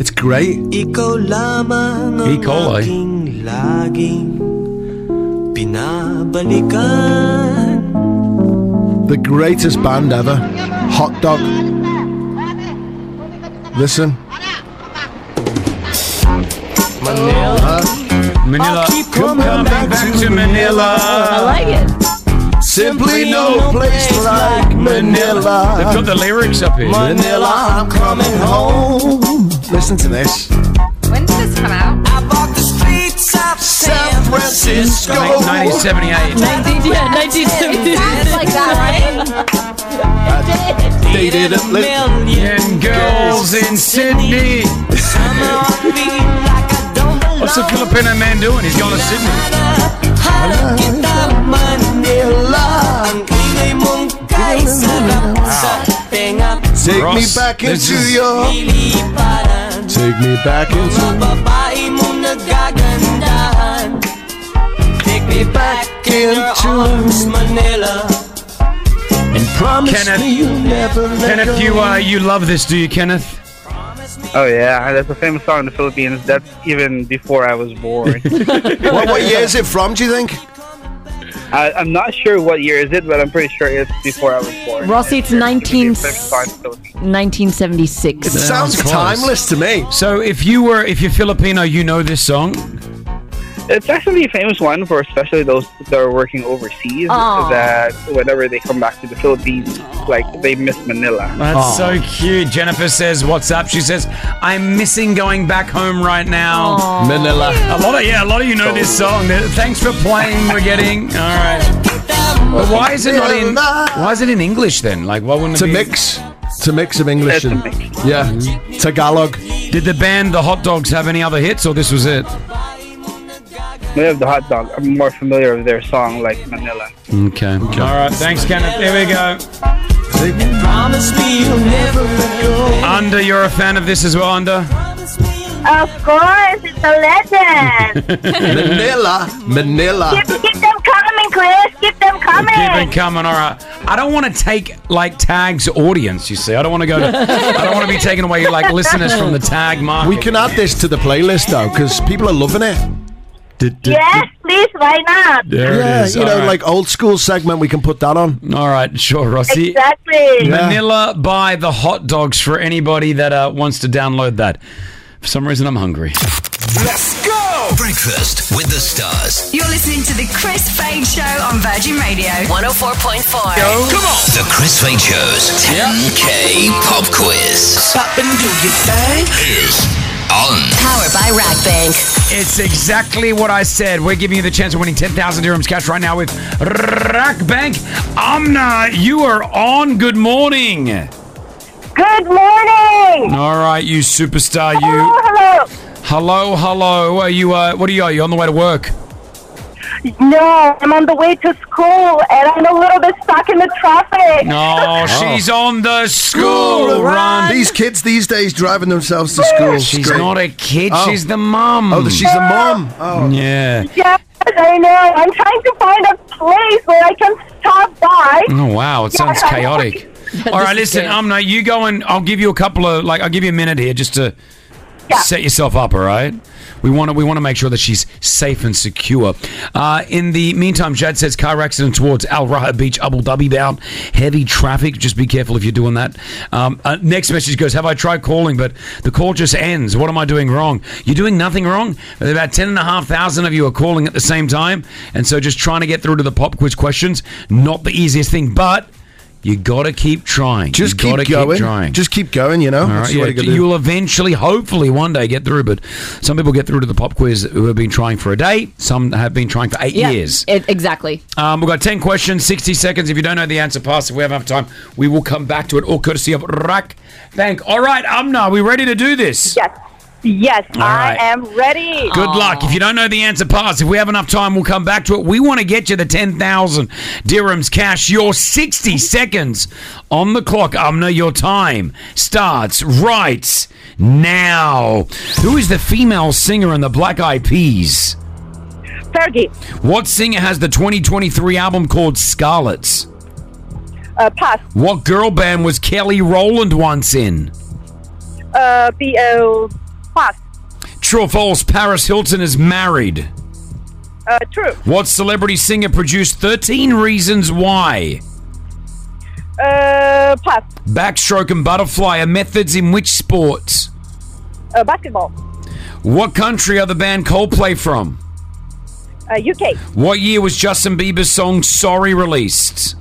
E: It's great.
P: Ikaw lamang
I: E. coli.
P: aking laging binabalikan
E: The greatest band ever. Hot Dog. Listen.
P: Manila.
I: Manila.
E: Come on back
I: to, Manila.
J: I like it.
E: Simply no place like Manila.
I: They've got the lyrics up here.
E: Manila, I'm coming home. Listen to this.
O: When did this come out?
P: I bought the streets of San Francisco.
I: I think 1978.
J: Yeah, 1970.
O: like that, right?
E: Dated a
I: million girls in Sydney. What's the Filipino man doing? He's going to Sydney.
P: Harap kita Manila. Ang ingay mong kay sarap sa tenga.
E: Take me back
P: this
E: into
P: is-
E: your.
P: Liliparan.
E: Take me back
P: Mga
E: into.
P: babae mong nagagandahan. Take me back in your arms, Manila.
E: And promise
I: Kenneth,
E: me you'll never let
I: Kenneth,
E: go.
I: you uh, you love this, do you, Kenneth?
Q: Oh yeah, that's a famous song in the Philippines. That's even before I was born.
E: what, what year is it from, do you think?
Q: I, I'm not sure what year is it, but I'm pretty sure it's before I was born.
J: Rossi, it's 19, 1976.
E: to me.
I: So if you were if you're Filipino, you know this song.
Q: It's actually a famous one for especially those that are working overseas.
I: Aw.
Q: That whenever they come back to the Philippines, like they miss Manila.
I: That's so cute. Jennifer says, "What's up?" She says, "I'm missing going back home right now."
E: Aw. Manila.
I: A lot of yeah, a lot of you know this song. Thanks for playing. We're getting all right. But why is it not in? Why is it in English then? Like, why wouldn't
E: It's
I: it
E: a
I: be?
E: mix. It's a mix of English and. Yeah. Tagalog.
I: Did the band the Hot Dogs have any other hits, or this was it?
Q: Many of the hot dog, I'm more familiar with their song like Manila.
I: Okay. All right. Thanks, Kenneth. Here we go.
P: Promise me you'll never let go.
I: Under, you're a fan of this as well, Under.
R: Of course, it's a legend.
E: Manila. Manila.
R: keep, keep them coming, Chris. Keep them coming.
I: Keep it coming, all right. I don't want to take like tags audience. You see, I don't want to go. To, I don't want to be taken away like listeners from the tag market.
E: We can add this to the playlist, though, because people are loving it.
R: yes, please. Why not?
E: yeah, you know,
I: all right.
E: like old school segment, we can put that on.
I: All right, sure, Rossi.
R: Exactly.
I: Manila by the hot dogs for anybody that uh, wants to download that. For some reason, I'm hungry.
C: Let's go! Breakfast with the stars.
L: You're listening to the Chris Fade Show on Virgin Radio. 104.4.
C: Come on! The Chris Fade Show's 10K Pop Quiz. Stop and do your thing. Is on.
A: Powered by Rack Bank.
I: It's exactly what I said. We're giving you the chance of winning 10,000 dirhams cash right now with Rack Bank. Amna, you are on. Good morning.
R: Good morning.
I: All right, you superstar, you.
R: Hello.
I: Hello, hello. Are you? Uh, what are you? Are you on the way to work?
G: No, I'm on the way to school and I'm a little bit stuck in the traffic.
I: No, she's on the school run.
E: Oh. These kids these days driving themselves to school.
I: She's
E: Great.
I: not a kid.
E: Oh.
I: She's the mum.
E: Oh, she's the mom.
I: Oh. Yeah.
G: Yes, I know. I'm trying to find a place where I can stop by.
I: Oh wow, it sounds
G: Yeah.
I: chaotic. All right,
G: This is
I: listen,
G: good.
I: Umno, you go and I'll give you a couple of like I'll give you a minute here just to set yourself up. All right, we want to we want to make sure that she's safe and secure. Uh, in the meantime, Jad says car accident towards Al Raha Beach, Abu Dhabi bound, heavy traffic. Just be careful if you're doing that. Um, uh, next message goes: Have I tried calling, but the call just ends. What am I doing wrong? You're doing nothing wrong. About ten and a half thousand of you are calling at the same time, and so just trying to get through to the pop quiz questions. Not the easiest thing, but. You gotta keep trying.
E: Just
I: you
E: keep
I: gotta
E: going.
I: Keep trying.
E: Just keep going. You know.
I: All
E: That's
I: right,
E: the way
I: yeah,
E: to go.
I: you'll eventually, hopefully, one day get through. But some people get through to the pop quiz who have been trying for a day. Some have been trying for eight
J: Yeah,
I: years.
J: it- exactly.
I: Um, we've got 10 questions, 60 seconds. If you don't know the answer, pass. If we have enough time, we will come back to it, all courtesy of Rak Bank. All right, Amna, are we ready to do this?
G: Yes. Yes,
I: All right.
G: I am ready.
I: Good luck. If you don't know the answer, pass. If we have enough time, we'll come back to it. We want to get you the 10,000 dirhams cash. Your 60 seconds on the clock, Amna. Your time starts right now. Who is the female singer in the Black Eyed Peas?
G: Fergie,
I: What singer has the 2023 album called Scarlets?
G: uh, pass.
I: What girl band was Kelly Rowland once in?
G: Uh, B O pass.
I: True or false, Paris Hilton is married.
G: Uh, true.
I: What celebrity singer produced 13 Reasons Why?
G: Uh, pass.
I: Backstroke and butterfly are methods in which sports?
G: Uh, basketball.
I: What country are the band Coldplay from?
G: Uh, UK.
I: What year was Justin Bieber's song Sorry released?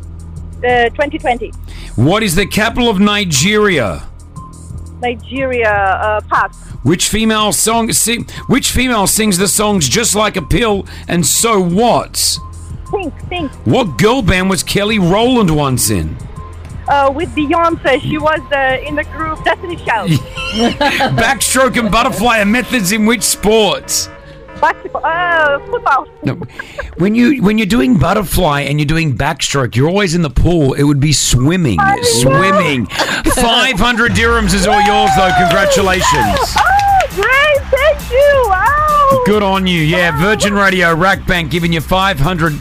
G: Uh, 2020.
I: What is the capital of Nigeria?
G: Nigeria. Uh, pass.
I: Which female song si- which female sings the songs Just Like a Pill and So What?
G: Think. Think.
I: What girl band was Kelly Rowland once in?
G: Uh, with Beyonce, she was uh, in the group Destiny Child.
I: Backstroke and butterfly are methods in which sports?
G: Basketball. Uh, football.
I: No. When you when you're doing butterfly and you're doing backstroke, you're always in the pool. It would be swimming, swimming. Five hundred dirhams is all yours, though. Congratulations.
G: Oh, great! Thank you. Ah. Wow.
I: Good on you. Yeah, Virgin Radio Rack Bank giving you 500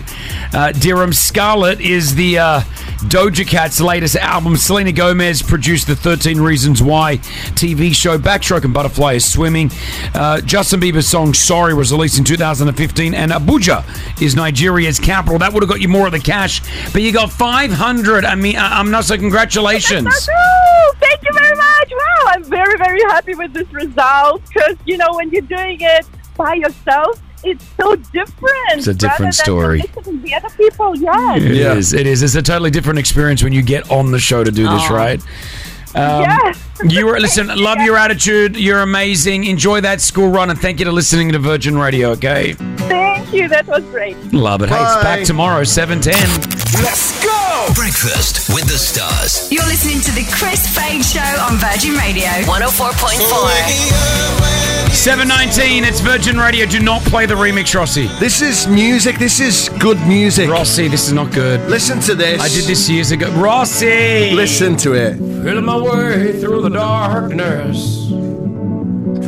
I: uh, dirham. Scarlet is the uh, Doja Cat's latest album. Selena Gomez produced the 13 Reasons Why TV show. Backstroke and Butterfly is swimming. Uh, Justin Bieber's song Sorry was released in 2015. And Abuja is Nigeria's capital. That would have got you more of the cash. But you got 500. I mean, I- I'm not so congratulations.
G: Woo! Thank you very much. Wow, I'm very, very happy with this result because, you know, when you're doing it by yourself, it's so different.
I: It's a different
G: rather than
I: story.
G: listening to The other people, yes.
I: It is. It is. It's a totally different experience when you get on the show to do this,
G: Aw.
I: right? Um,
G: Yes.
I: You were listen. Love your attitude. You're amazing. Enjoy that school run, and thank you to listening to Virgin Radio. Okay,
G: Thank you. That was great.
I: love it. Hey, it's
G: Bye.
I: back tomorrow, seven ten.
C: Let's go! Breakfast with the stars.
L: You're listening to the Chris Fade Show on Virgin Radio
S: 104.4.
I: Seven nineteen. It's Virgin Radio. Do not play the remix, Rossi.
E: This is music. This is good music.
I: Rossi, this is not good.
E: Listen to this.
I: I did this years ago. Rossi,
E: Listen to it.
T: Feeling my way through the darkness,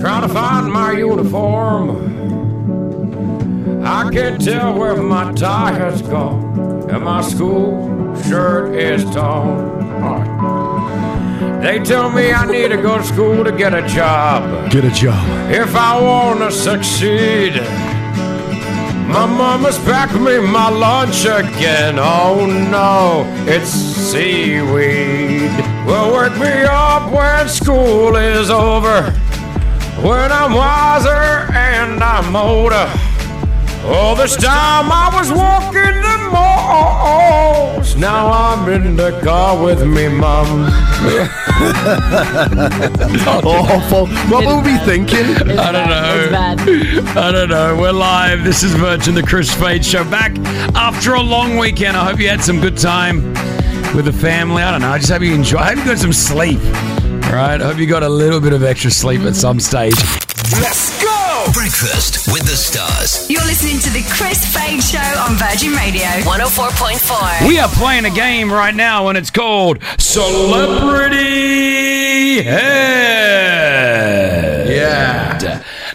T: trying to find my uniform. I can't tell where my tie has gone, and my school shirt is torn. They tell me I need to go to school to get a job
E: Get a job.
T: if I wanna succeed. My mama's packed me my lunch again. Oh no, it's seaweed. Will wake me up when school is over. When I'm wiser and I'm older. All this time I was walking the malls. Now I'm in the car with me mom.
E: Awful. What were we thinking?
I: I don't know. I don't know. We're live. This is Virgin, the Chris Fade Show. Back after a long weekend. I hope you had some good time with the family. I don't know. I just hope you enjoy. I hope you got some sleep. All right. I hope you got a little bit of extra sleep at some stage.
C: Let's go! Breakfast Breakfast with the Stars.
L: You're listening to the Chris Fade Show on Virgin Radio
A: 104.4.
I: We are playing a game right now, and it's called Celebrity Head. Yeah.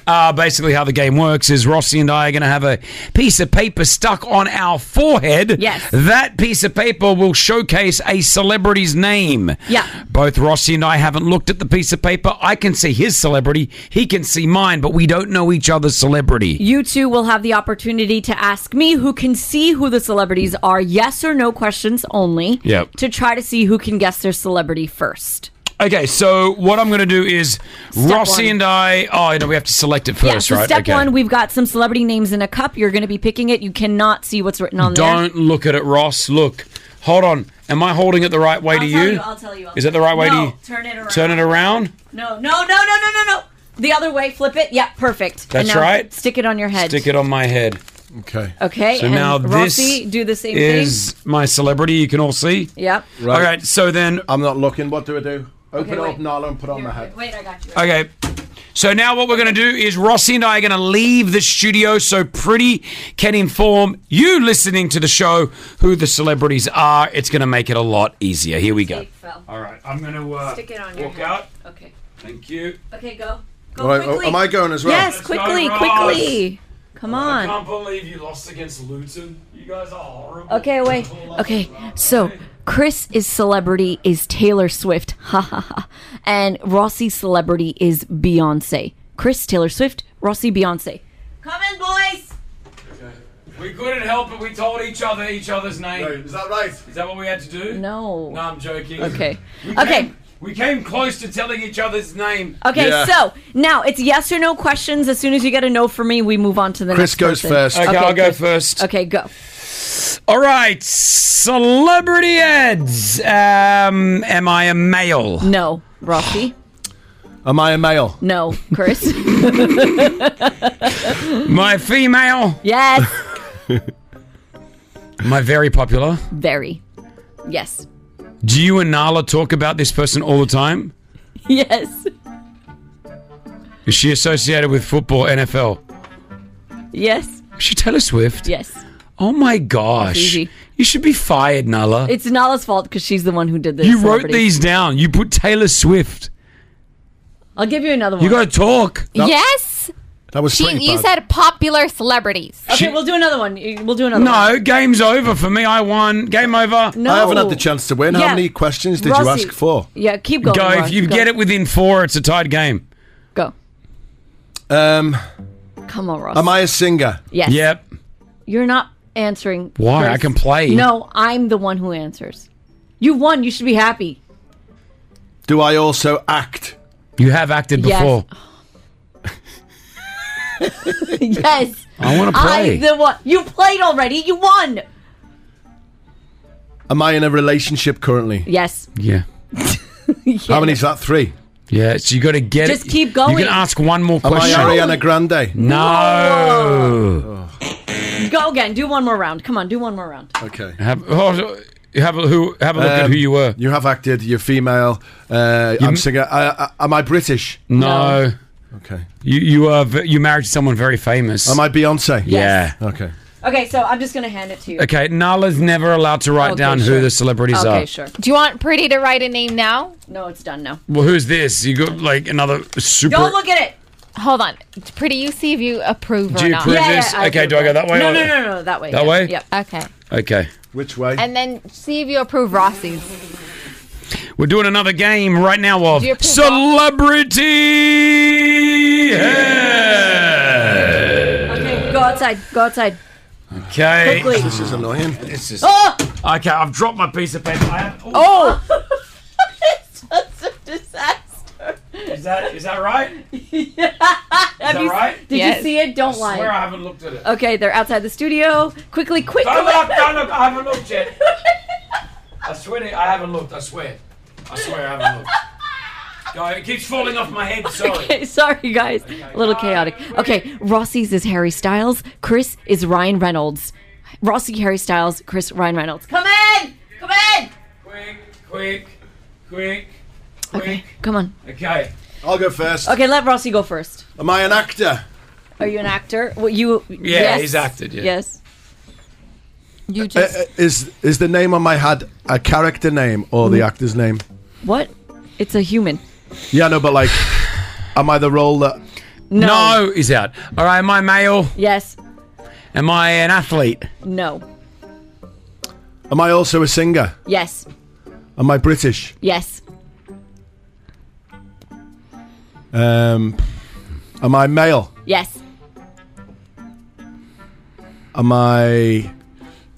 I: Uh, basically, how the game works is Rossi and I are going to have a piece of paper stuck on our forehead.
J: Yes.
I: That piece of paper will showcase a celebrity's name.
J: Yeah.
I: Both Rossi and I haven't looked at the piece of paper. I can see his celebrity, he can see mine, but we don't know each other's celebrity.
J: You two will have the opportunity to ask me who can see who the celebrities are, yes or no questions only,
I: Yep.
J: to try to see who can guess their celebrity first.
I: Okay, so what I'm going to do is Rossi
J: one.
I: and I. Oh, no, we have to select it first,
J: yeah, so
I: right?
J: step
I: okay.
J: one, we've got some celebrity names in a cup. You're going to be picking it. You cannot see what's written on there.
I: Don't look at it, Ross. Look. Hold on. Am I holding it the right way
J: I'll
I: to
J: tell
I: you?
J: you, I'll tell you, I'll
I: Is it the right way to
J: tell you.
I: you?
J: No, turn it around.
I: Turn it around.
J: No, no, no, no, no, no, no. The other way, flip it. Yeah, perfect.
I: That's
J: and now
I: right.
J: Stick it on your head.
I: Stick it on my head. Okay.
J: Okay,
I: So
J: and
I: now
J: Rossi,
I: this
J: do the same
I: is my celebrity. You can all see.
J: Yep.
I: Right. All right. So then
E: I'm not looking. What do I do?
J: Okay,
E: Open it up,
J: wait.
E: Nala, and put it on my head.
J: Wait, I got you.
I: Okay. So now what we're going to do is Rossi and I are going to leave the studio so Pretty can inform you listening to the show who the celebrities are. It's going to make it a lot easier. Here we go. All right, I'm going to uh,
J: Stick it on your
I: walk
J: head.
I: out.
J: Okay.
I: Thank you.
J: Okay, go.
E: All right, oh, am I going as well?
J: Yes, quickly,
I: Ross.
J: quickly. Come on.
I: believe you lost against Luton. You guys are horrible.
J: Okay, wait. Okay, so Chris's celebrity is Taylor Swift. Ha ha ha. And Rossi's celebrity is Beyonce. Chris, Taylor Swift, Rossi, Beyonce.
I: Come in, boys. We couldn't help it. We told each other each other's name. Is that right? Is that what we had to do?
J: No.
I: No, I'm joking.
J: Okay.
I: We
J: Okay.
I: came- we came close to telling each other's name.
J: Okay, so now it's yes or no questions. As soon as you get a no for me, we move on to the
I: Chris
J: next
I: goes
J: person.
I: first. Okay, I'll go
J: Chris.
I: first.
J: Okay, go.
I: All right, celebrity ads. Um, am I a male?
J: No, Rossi.
I: am I a male?
J: No, Chris.
I: My female.
J: yes,
I: Am I very popular?
J: very. Yes.
I: Do you and Nala talk about this person all the time?
J: Yes.
I: Is she associated with football, NFL?
J: Yes.
I: Is she Taylor Swift?
J: Yes.
I: Oh my gosh!
J: That's easy.
I: You should be fired, Nala.
J: It's Nala's fault because she's the one who did this.
I: you wrote these down. You put Taylor Swift.
J: I'll give you another one.
I: You got to talk.
U: yes.
I: That was
U: She, you said popular celebrities.
J: Okay, we'll do another one. We'll do another one.
I: No, game's over for me. I won. Game over.
J: No. I haven't had the
I: chance to
J: win. How Yeah. many
I: questions
J: did you Rossi. ask
I: for?
J: Yeah, keep going.
I: Go.
J: Ross,
I: If you
J: go.
I: get it within four, it's a tied game.
J: Go.
E: Um,
J: Come on, Ross.
E: am I a singer?
J: Yes.
I: Yep.
J: You're not answering.
E: Why?
J: Chris.
E: I can play.
J: No, I'm the one who answers. You won. You should be happy.
E: Do I also act?
I: You have acted
J: Yes. before. yes.
E: I wanna play.
J: I'm the one. You played already. You won.
E: Am I in a relationship currently?
J: Yes.
I: Yeah.
E: How many is that? Three.
I: Yeah. So you got to get.
J: Just keep going.
I: You can ask one more
E: Am I
I: question.
E: Ariana Grande?
I: No.
J: Go again. Do one more round. Come on. Do one more round.
E: Okay. Um,
I: Have oh, have a, who have a look at who you were.
E: You have acted. You're female. Uh, I'm singer. I, I, am I British?
I: No.
E: Okay.
I: You you are ve- you married to someone very famous.
E: Am I Beyonce?
I: Yeah.
E: Okay.
J: Okay, so I'm just gonna hand it to you.
I: Okay. Nala's never allowed to write
J: Okay,
I: down
J: sure.
I: who the celebrities are.
U: Do you want Pretty to write a name now?
J: No, it's done now.
I: Well, who's this? You got like another super.
U: Don't look
J: at it.
U: Hold on. Pretty, you see if you approve
I: Do
U: or
I: you
U: not.
I: approve Yeah, this? yeah, I Okay, do approve. I go that way
J: No,
I: or-
J: no, no, no, that way.
I: That
J: yeah,
I: way?
J: Yep.
U: Okay.
I: Okay.
E: Which way?
U: And then see if you approve Rossi's.
I: We're doing another game right now of
U: Do you approve
I: celebrity. Head.
J: Okay, go outside. Go outside.
I: Okay.
J: Quickly.
I: This is annoying. This is.
J: Oh!
I: Okay, I've dropped my piece of paper. I have,
J: Oh! it's just a disaster.
I: Is that is that right?
J: yeah. Have
I: that
J: you-
I: right?
J: Did
I: Yes.
J: you see it? Don't
I: I
J: lie.
I: swear I haven't looked at it.
J: Okay, they're outside the studio. Quickly, quick.
I: Don't look! Don't look! I haven't looked yet. I swear, to you, I haven't looked. I swear. I swear, I haven't looked. Go. It keeps falling off my head. Sorry.
J: Okay, sorry guys. A little chaotic. Okay, Rossi's is Harry Styles. Chris is Ryan Reynolds. Rossi, Harry Styles, Chris, Ryan Reynolds. Come in! Come in!
I: Quick, quick, quick.
J: Okay, come on.
I: Okay.
E: I'll go first.
J: Okay, let Rossi go first.
E: Am I an actor?
J: Are you an actor? Well, you.
E: Yeah,
J: yes.
E: he's acted, yeah.
J: Yes. You
E: Uh,
J: just
E: uh, is is the name on my head a character name or
J: Hmm.
E: the actor's name?
J: what? It's a human.
E: Yeah, no, but like, am I the role that?
J: No.
I: is out. All right, am I male?
J: Yes.
I: Am I an athlete?
J: No.
E: Am I also a singer?
J: Yes.
E: Am I British?
J: Yes.
E: Um, am I male?
J: Yes.
E: Am I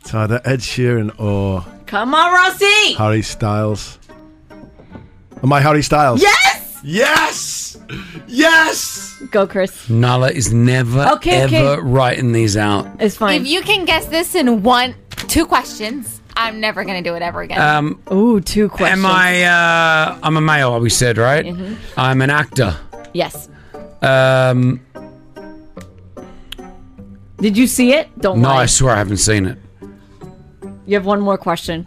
E: it's either Ed Sheeran or
J: Come on, Rossi.
E: Harry Styles? Am I Harry Styles?
J: Yes.
E: Yes. Yes.
J: Go, Chris.
I: Nala is never
U: Okay, okay.
I: ever writing these out.
J: It's
U: If you can guess this in one, two questions, I'm never gonna do it ever again.
I: Um,
J: Ooh, two questions. Mm-hmm.
I: Am I? Uh, I'm a male. We said right.
U: Mhm.
I: I'm an actor.
J: Yes.
I: Um,
J: Did you see it? Don't
I: no, I
J: lie.
I: swear I haven't seen it.
J: You have one more question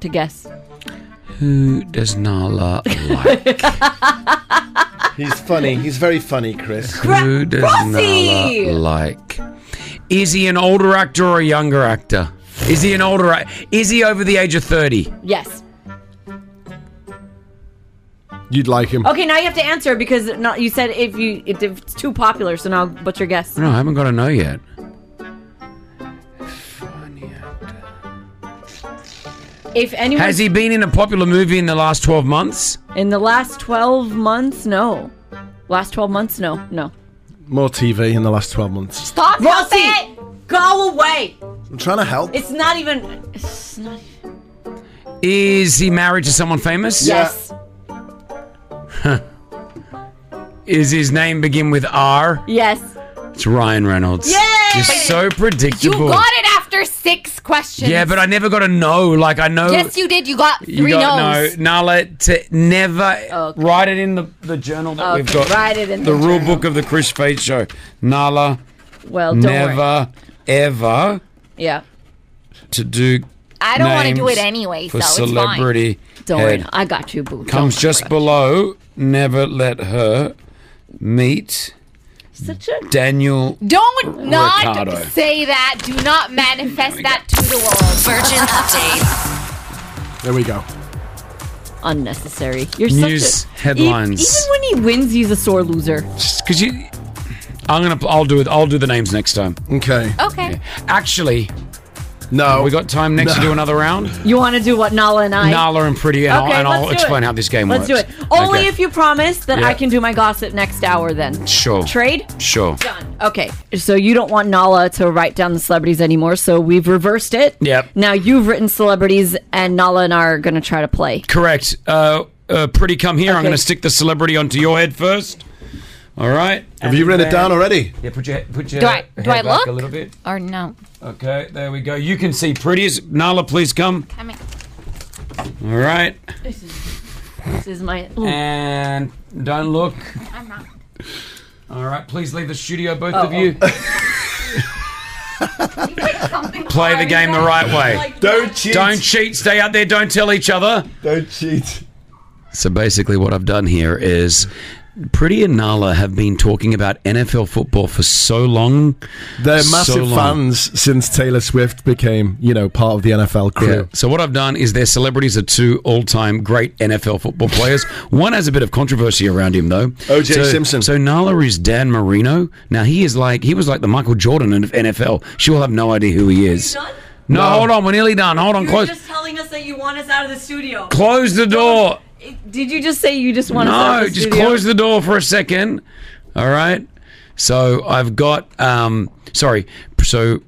J: to guess.
I: Who does Nala like?
E: He's funny. He's very funny, Chris.
I: Who does
E: Rossi!
I: Nala like? Is he an older actor or a younger actor? Is he an older? ac- Is he over the age of thirty?
J: Yes.
E: You'd like him.
J: Okay, now you have to answer because not you said if you if it's too popular. So now, what's your guess?
I: No, I haven't got to know yet.
J: If anyone
I: Has he been in a popular movie in the last twelve months?
J: in the last twelve months, no. Last twelve months, no, no.
E: More TV in the last twelve months.
J: Stop Rossi, go away.
E: I'm trying to help.
J: It's not even. It's not even.
I: Is he married to someone famous?
J: Yes.
I: Is his name begin with R?
J: Yes.
I: It's Ryan Reynolds.
U: Yay!
I: You're so
U: you
I: predictable.
U: got it after six questions.
I: Yeah, but I never got a no. Like I know.
U: yes, you did. You got three
I: You got
U: no's.
I: no, Nala. To never write it in the, the journal that we've
J: Okay,
I: got.
J: write it in
I: the,
J: the
I: rule
J: journal.
I: book of the Chris Fade Show. Nala.
J: Well, don't worry.
I: never ever
J: Yeah.
I: to do.
U: I don't wanna do
I: names
U: it anyway,
I: For
U: so it's fine.
I: celebrity,
J: Don't
I: head.
J: worry. I got you, boo.
I: comes just below. Never let her meet
J: Such a
I: Daniel.
U: Don't not
I: Ricardo.
U: say that. Do not manifest that to the world.
A: Virgin update.
E: There we go.
J: Unnecessary. You're
I: News
J: such a,
I: headlines.
J: E- even when he wins, he's a sore loser.
I: Because you, I'm gonna. I'll do it. I'll do the names next time.
E: Okay.
J: Okay.
I: Actually,
E: no.
I: We got time next to do another round.
J: You want to do what Nala and I?
I: Nala and Pretty, and
J: Okay,
I: I'll, and
J: let's
I: I'll
J: do
I: explain
J: it.
I: how this game
J: Let's
I: works.
J: do it. Only
I: Okay.
J: if you promise that
I: Yeah.
J: I can do my gossip next hour. Then
I: Sure.
J: trade.
I: Sure.
J: Done. Okay. So you don't want Nala to write down the celebrities anymore. So we've reversed it.
I: Yep.
J: Now you've written celebrities, and Nala and I are going to try to play.
I: Correct. Uh, uh, pretty, come here. I'm
J: Okay.
I: going to stick the celebrity onto your head first. All right.
E: Have you written it down already?
I: Yeah. Put your put your
U: Do I
I: head
U: do I
I: back
U: look
I: a little bit.
U: or no?
I: Okay. There we go. You can see Pretty's. Nala, please come.
U: Coming.
I: All right.
J: This is, this is my. ooh.
I: And don't look.
U: I'm not.
I: All right. Please leave the studio, both
J: Oh,
I: of you. Play the game the right way.
E: Don't cheat.
I: Don't cheat. Stay out there. Don't tell each other.
E: Don't cheat.
I: So basically, what I've done here is Pretty and Nala have been talking about NFL football for so long.
E: They're
I: so
E: massive
I: long.
E: fans since Taylor Swift became, you know, part of the NFL crew.
I: Yeah. So what I've done is their celebrities are two all-time great NFL football players. One has a bit of controversy around him, though.
E: O.J.
I: So-
E: Simpson.
I: So Nala is Dan Marino. Now he is like he was like the Michael Jordan of NFL. She will have no idea who he is. No,
J: No.
I: hold on. We're nearly done. Hold on.
J: You were
I: Close.
J: just telling us that you want us out of the studio.
I: Close the door.
J: Did you just say you just want us out
I: No,
J: of the
I: just
J: studio?
I: close the door for a second. All right. So I've got um sorry. So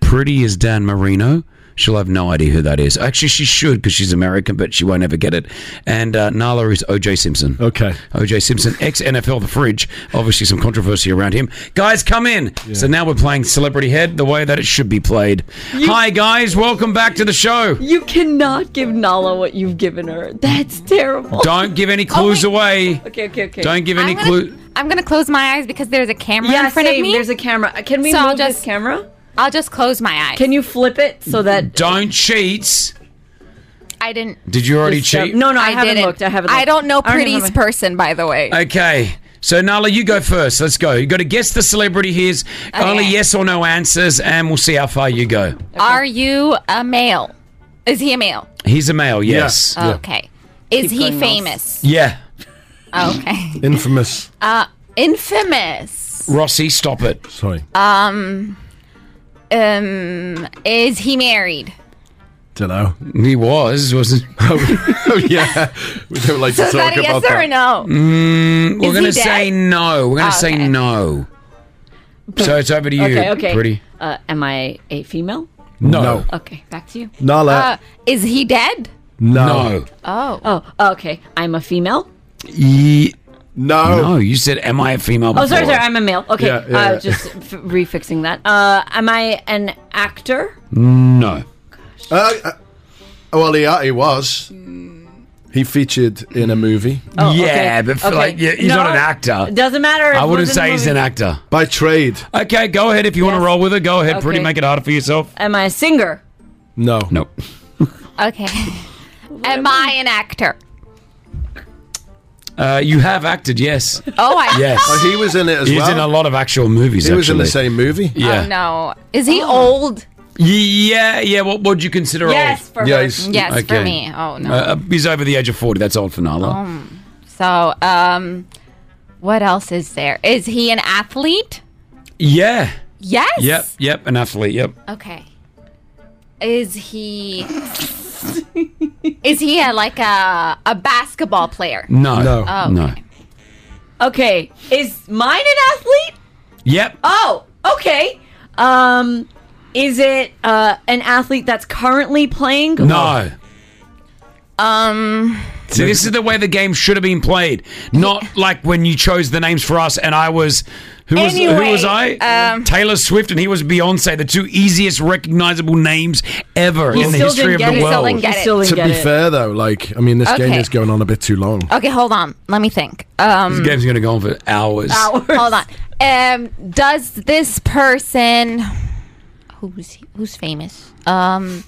I: pretty is Dan Marino. She'll have no idea who that is. Actually, she should because she's American, but she won't ever get it. And uh, Nala is OJ Simpson.
E: Okay.
I: OJ Simpson, ex NFL, the fridge. Obviously, some controversy around him. Guys, come in. So now we're playing Celebrity Head the way that it should be played. Hi, guys. Welcome back to the show.
J: You cannot give Nala what you've given her. That's terrible.
I: Don't give any clues away.
J: Oh. Okay, okay, okay.
I: Don't give
U: I'm
I: any
U: gonna,
I: clue.
U: I'm gonna close my eyes because there's a camera
J: Yeah,
U: in front
J: same.
U: of me.
J: There's a camera. Uh, Can we
U: so I'll
J: move this
U: just,
J: camera?
U: I'll just close my eyes.
J: Can you flip it so that
I: Don't cheat.
U: I didn't.
I: Did you already cheat?
J: no, no, I, haven't
U: didn't.
J: looked. I haven't.
U: I don't know
J: I don't
U: Pretty's
J: have
U: person, by the way.
I: Okay. So Nala, you go first. Let's go. You got to guess the celebrity. Here's only yes or no answers, and we'll see how far you go.
U: Are you a male? Is he a male?
I: He's a male. Oh, Yes.
U: Okay. Is he famous?
I: Yeah.
U: Okay.
E: Infamous.
U: Uh, infamous.
I: Rossi, stop it.
E: Sorry.
U: Um, um, is he married?
E: Don't know.
I: He was, wasn't?
E: oh yeah. We don't like
U: So
E: to
U: is
E: talk
U: that a yes
E: about
U: or
E: that.
U: a no?
I: Mm, we're
U: Is
I: going
U: he
I: to say
U: dead?
I: no. We're going to
J: Oh,
I: say no. So it's over to you.
J: Okay, okay.
I: Pretty.
J: Uh, am I a female?
I: No. No.
J: Okay, back to you.
E: Nala.
U: Uh, is he dead?
I: No.
U: Oh.
J: Oh, okay. I'm a female.
I: Ye-
E: no.
I: E No. You said, "Am I a female?"
J: Oh, sorry,
I: before.
J: sorry. I'm a male. Okay,
I: Yeah, yeah, yeah.
J: Uh, just f- refixing that. Uh, am I an actor?
I: Mm. No.
E: Uh, uh, well, he, uh, he was. He featured in a movie.
J: Oh, Yeah, okay. but for, Okay. like, yeah, he's No, not an
I: actor.
J: Doesn't matter.
I: I
J: it
I: wouldn't
J: was in a
I: say he's an
J: movie.
I: actor.
E: By trade.
I: Okay, go ahead if you want to roll with it. Go ahead, pretty.
J: Okay.
I: Make it harder for yourself.
J: Am I a singer?
E: No.
I: Nope.
U: Okay. Am I an actor?
I: Uh, you have acted, yes.
U: Oh, I-
I: Yes.
E: he was in it as
I: he's
E: well.
I: in a lot of actual movies.
E: He was in the
I: actually.
E: same movie.
I: Yeah. Oh.
U: Oh
J: Um,
U: no. Is he old?
I: Yeah, yeah. What would you consider
U: Yes,
I: old?
U: for her. Yes, for me. Oh, no.
I: Uh, he's over the age of forty. That's old for
J: Oh,
I: Nala.
U: Um, so, um, what else is there? Is he an athlete?
I: Yeah.
U: Yes.
I: Yep. Yep. An athlete. Yep.
U: Okay. Is he? is he a, like a a basketball player?
I: No.
U: No. Oh,
I: No.
J: Okay. Is mine an athlete?
I: Yep.
J: Oh, okay. Um, is it uh, an athlete that's currently playing?
I: No.
J: Um.
I: See, this is the way the game should have been played, not like when you chose the names for us and I was. Who was who
J: Anyway,
I: was I?
J: um,
I: Taylor Swift and he was Beyonce, the two easiest recognizable names ever
E: He
I: in the
E: still
I: history of
E: didn't
I: the
E: get it. He
I: world.
E: still
U: didn't get it.
E: to be fair, though, like I mean, this game
U: Okay.
E: is going on a bit too long.
U: Okay, hold on. Let me think. Um, oh,
I: This game's going to go on for hours.
U: Uh, Hold on. Um, does this person who's he- who's famous? Um,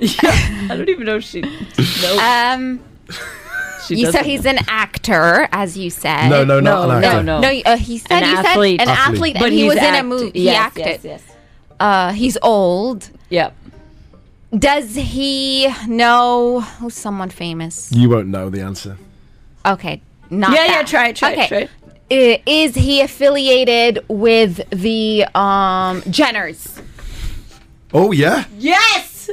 J: I don't even know if she.
U: um,
J: She
U: you, so
J: doesn't.
U: he's an actor, as you said.
E: No, no, not an actor.
U: No, no. you- uh, he said
J: An
U: you
J: athlete.
U: said an
E: Athlete.
U: athlete,
J: But
U: and he
J: he's
U: was in a
J: act-
U: movie. he
J: yes,
U: acted.
J: yes, yes.
U: Uh, he's old.
J: Yep.
U: Does he know who's someone famous?
E: You won't know the answer.
U: Okay, not
J: Yeah,
U: that.
J: yeah, try it, try it,
U: okay.
J: try it.
U: I- Is he affiliated with the um Jenners?
E: Oh yeah.
U: Yes.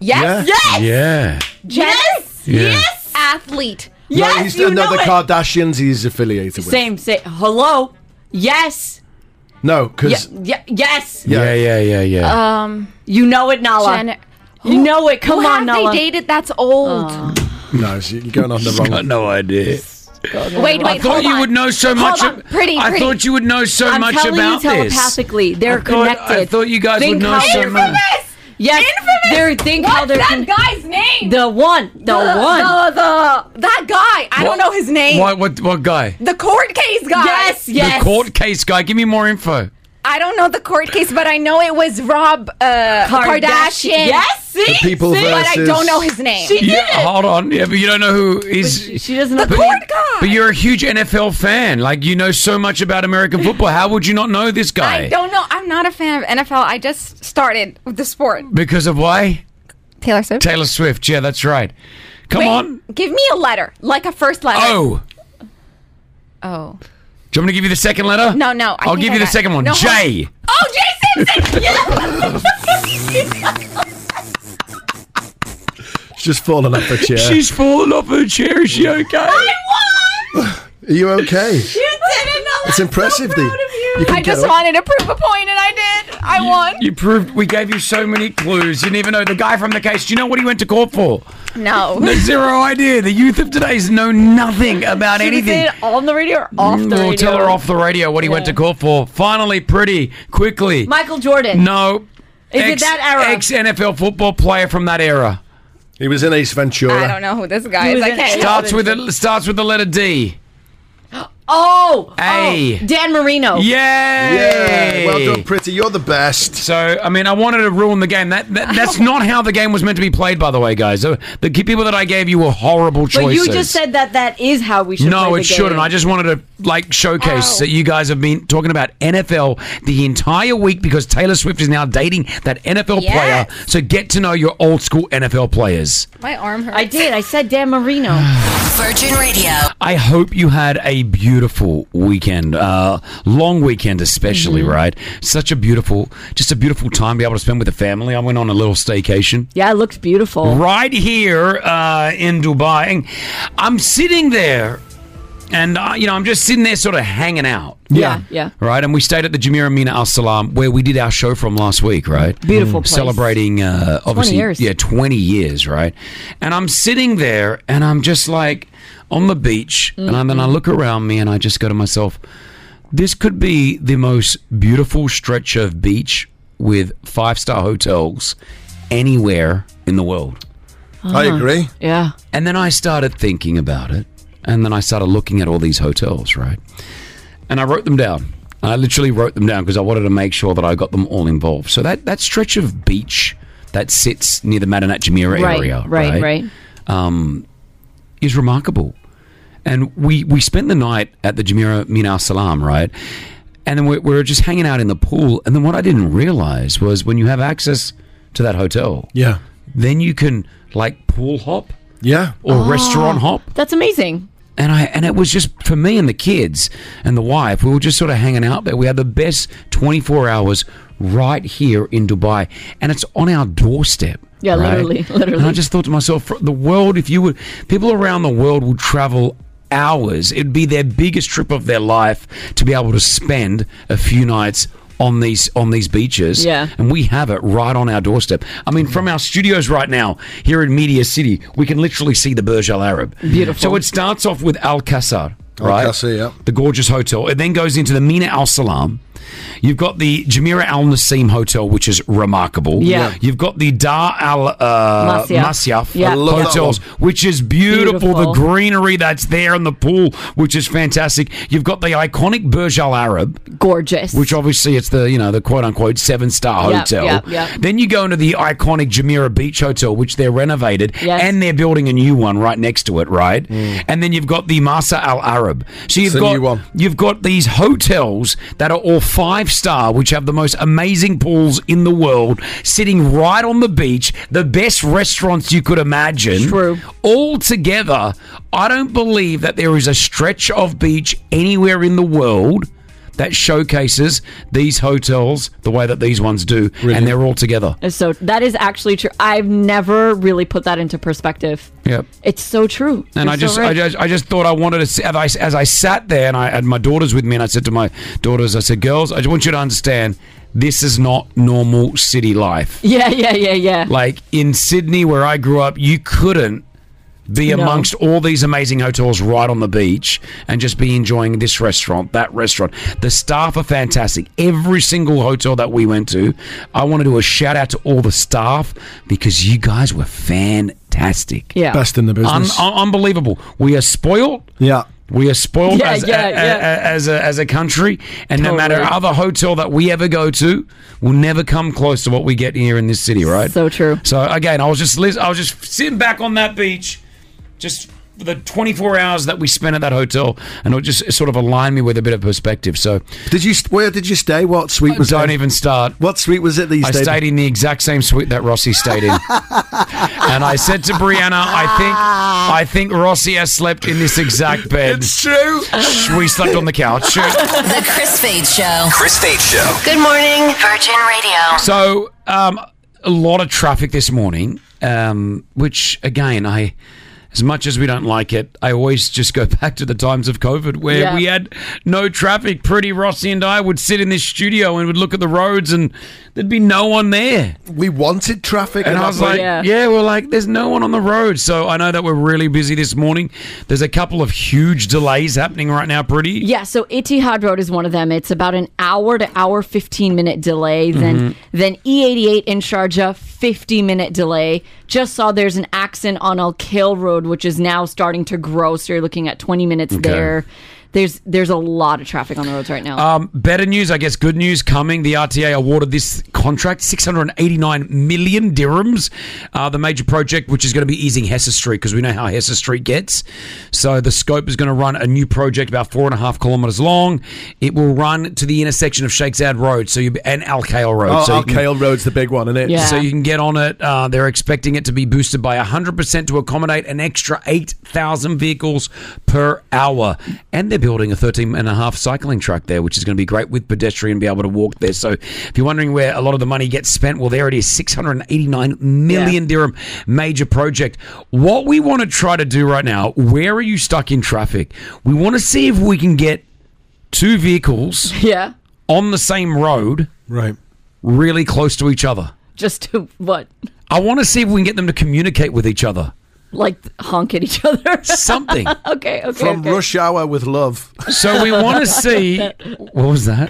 U: yes.
E: Yeah. Yeah.
U: Yes.
E: Yeah.
U: Yes. Athlete.
E: no, he's no, the Kardashians. He's affiliated with.
J: Same. Say hello. Yes.
E: No, because
J: Yeah. Yes.
I: Yeah, yeah, yeah, yeah.
U: Um,
J: you know it, Nala.
U: Jen-
J: you know it. Come
U: who
J: on, Uh,
U: have
J: Nala.
U: they dated? That's old.
E: no, so you're going on the wrong.
I: Got no idea.
U: Wait, wait.
I: I thought
U: hold
I: you
U: on.
I: would know so
U: Hold
I: much.
U: on.
I: ab-
U: Pretty,
I: I
U: pretty.
I: thought you would know so
J: I'm
I: much
J: telling
I: about
J: you
I: this.
J: telepathically. They're
I: I thought-
J: connected.
I: I thought you guys
J: Think
I: would know
J: how-
I: so much.
J: Yes. Infamous. They're, think how
U: What's
J: they're
U: that
J: con-
U: guy's name?
J: The one. The, one.
U: The, the that guy. I don't
I: What-
U: know his name.
I: What? What? What guy?
U: The court case guy. Yes.
I: The court case guy. Give me more info.
U: I don't know the court case, but I know it was Rob uh,
J: Kardashian.
U: Kardashian.
J: Yes, see? The
E: people See?
U: but I
E: versus-
U: don't know his name.
I: yeah, hold on. Yeah, but you don't know who is. She,
J: doesn't
I: know the court guy. But you're a huge NFL fan. Like you know so much about American football. How would you not know this guy?
U: I don't know. I'm not a fan of NFL. I just started with the sport.
I: Because of why?
U: Taylor Swift.
I: Taylor Swift. Yeah, that's right. Come
U: Wait,
I: on.
U: Give me a letter, like a first letter.
I: Oh.
U: Oh.
I: Do you want me to give you the second letter?
U: No, no, I
I: I'll
U: think
I: give
U: I
I: you the
U: got it.
I: second one.
U: No, hold-
I: J.
U: Oh, Jason! yes!
E: She's just fallen off her chair.
I: She's fallen off her chair. Is she okay?
E: Are you okay?
U: You didn't know.
E: It's impressive. that you can
U: I just
E: get up.
U: wanted to prove a point, and I did. I won.
I: You proved we gave you so many clues. You didn't even know the guy from the case. Do you know what he went to court for?
U: No.
I: No, zero idea. The youth of today's know nothing about
J: Should we say
I: anything.
J: it on the radio or off the
I: Mm. we'll
J: radio?
I: tell her off the radio what he went to court for. Finally, pretty quickly.
J: Michael Jordan.
I: No.
J: Is it
I: Ex-
J: that era?
I: Ex NFL football player from that era.
E: He was in Ace Ventura.
U: I don't know who this guy
J: He
U: is.
J: was
U: I
J: in
U: can't.
J: Stop.
I: Starts with a, starts with the letter D.
J: Oh,
I: Hey.
J: oh, Dan Marino.
I: Yay!
J: Yay.
I: Well done,
E: Pretty. You're the best.
I: So, I mean, I wanted to ruin the game. That, that that's not how the game was meant to be played, by the way, guys. The, the people that I gave you were horrible choices.
J: But you just said that that is how we should.
I: no,
J: play
I: it
J: the game. Oh.
I: shouldn't. I just wanted to like showcase that you guys have been talking about NFL the entire week because Taylor Swift is now dating that NFL
J: Yes.
I: player. So get to know your old school NFL players.
J: My arm hurts. I did. I said Dan Marino.
A: Virgin Radio.
I: I hope you had a beautiful weekend, uh, long weekend especially,
J: Mm-hmm.
I: right? Such a beautiful, just a beautiful time to be able to spend with the family. I went on a little staycation.
J: Yeah, it looks beautiful.
I: Right here uh, in Dubai. And I'm sitting there and, uh, you know, I'm just sitting there sort of hanging out.
J: Yeah, yeah.
I: Right, and we stayed at the Jamira Mina Al Salam where we did our show from last week, right? Mm.
J: Beautiful place.
I: Celebrating, uh, obviously,
J: years.
I: yeah, 20 years, right? And I'm sitting there and I'm just like on the beach, and I, then I look around me and I just go to myself, this could be the most beautiful stretch of beach with five star hotels anywhere in the world.
E: I Uh-huh. agree.
J: Yeah.
I: And then I started thinking about it, and then I started looking at all these hotels, right? And I wrote them down. I literally wrote them down because I wanted to make sure that I got them all involved. So that, that stretch of beach that sits near the Madanat Jamira
J: Right,
I: area,
J: right, right.
I: um, is remarkable. And we, we spent the night at the Jamira Min Al Salam, right? And then we, we were just hanging out in the pool. And then what I didn't realize was when you have access to that hotel,
E: yeah,
I: then you can like pool hop,
E: yeah,
I: or
J: Oh.
I: restaurant hop.
J: That's amazing.
I: And I and it was just for me and the kids and the wife. We were just sort of hanging out there. We had the best 24 hours right here in Dubai, and it's on our doorstep.
J: Yeah,
I: right?
J: literally, literally.
I: And I just thought to myself, for the world, if you would, people around the world would travel hours. It'd be their biggest trip of their life to be able to spend a few nights on these on these beaches.
J: Yeah.
I: And we have it right on our doorstep. I mean, from our studios right now here in Media City, we can literally see the Burj Al Arab.
E: Beautiful.
I: So it starts off with Al Qasr, right?
E: Qasr, yeah.
I: The gorgeous hotel. It then goes into the Mina Al Salam. You've got the Jamira Al Nassim Hotel, which is remarkable.
J: Yeah. Yeah.
I: You've got the Dar Al uh,
J: Masyaf.
I: Masyaf
J: Yeah. I love that
I: hotels, which is beautiful.
J: Beautiful.
I: The greenery that's there in the pool, which is fantastic. You've got the iconic Burj Al Arab,
J: Gorgeous.
I: which obviously it's the you know the quote unquote seven star
J: Yeah,
I: hotel.
J: yeah, yeah.
I: Then you go into the iconic Jamira Beach Hotel, which they're renovated
J: Yes.
I: and they're building a new one right next to it, right? And then you've got the Masa Al Arab. So you've
E: Hmm. It's a
I: got
E: new one.
I: you've got these hotels that are all five star, which have the most amazing pools in the world, sitting right on the beach, the best restaurants you could imagine. True. All together, I don't believe that there is a stretch of beach anywhere in the world that showcases these hotels the way that these ones do, and they're all together.
J: So that is actually true. I've never really put that into perspective.
I: Yep.
J: It's so true.
I: And
J: You're
I: I
J: so
I: just, I
J: right.
I: just, I just thought I wanted to. See, as, I, as I sat there, and I had my daughters with me, and I said to my daughters, I said, "Girls, I just want you to understand, this is not normal city life.
J: Yeah, yeah, yeah, yeah.
I: Like in Sydney, where I grew up, you couldn't be
J: No.
I: amongst all these amazing hotels right on the beach and just be enjoying this restaurant, that restaurant. The staff are fantastic. Every single hotel that we went to, I want to do a shout out to all the staff because you guys were fantastic.
E: Yeah. Best in the business.
I: Un- un- unbelievable. We are spoiled.
E: Yeah.
I: We are spoiled
E: Yeah,
I: as,
E: yeah,
I: a, a-
E: yeah.
I: a- as, a, as a country, and no matter
E: Totally.
I: other hotel that we ever go to, will never come close to what we get here in this city, right?
J: So true.
I: So again, I was just lis- I was just sitting back on that beach, just for the 24 hours that we spent at that hotel, and it just sort of aligned me with a bit of perspective. So
E: Did you? Where did you stay? What suite was?
I: Don't
E: it?
I: even start.
E: What suite was it that you
I: I
E: stayed?
I: stayed in the exact same suite that Rossi stayed in. and I said to Brianna, I think I think Rossi has slept in this exact bed. It's
E: true.
I: We slept on the couch.
A: The Chris Fade Show.
C: Chris Fade Show.
A: Good morning, Virgin Radio.
I: So, um, a lot of traffic this morning, um, which again, I, as much as we don't like it, I always just go back to the times of COVID where
N: Yeah.
I: we had no traffic. Pretty Rossi and I would sit in this studio and would look at the roads, and there'd be no one there.
E: We wanted traffic,
I: and I was like, yeah. we're like, there's no one on the road. So I know that we're really busy this morning. There's a couple of huge delays happening right now. Pretty,
J: Yeah, so Itihad Road is one of them. It's about an hour to hour 15 minute delay. Then
I: Mhm.
J: then E88 in Sharjah, 50 minute delay. Just saw there's an accident on Al Khail Road, which is now starting to grow. So you're looking at 20 minutes
I: Okay.
J: there. there's there's a lot of traffic on the roads right now.
I: Um, better news, I guess. Good news coming. The RTA awarded this contract 689 million dirhams. Uh, the major project, which is going to be easing Hesse Street, because we know how Hesse Street gets. So the scope is going to run a new project about four and a half kilometers long. It will run to the intersection of Shakesad Road, so you and Al Kale Road.
E: Oh,
I: so you
E: Al
I: can-
E: Kale Road's the big one, isn't it?
I: so you can get on it. Uh, they're expecting it to be boosted by 100% to accommodate an extra 8,000 vehicles per hour. And they're building a 13 and a half cycling track there, which is going to be great with pedestrian be able to walk there. So if you're wondering where a lot of the money gets spent, well, there it is 689 million dirham major project. What we want to try to do right now, where are you stuck in traffic? We want to see if we can get two vehicles
J: yeah.
I: on the same road.
E: Right.
I: Really close to each other.
J: Just to what?
I: I want to see if we can get them to communicate with each other.
J: Like honk at each other.
I: Something.
J: okay, okay.
E: From
J: okay.
E: Rush Hour with Love.
I: So we want to see. What was that?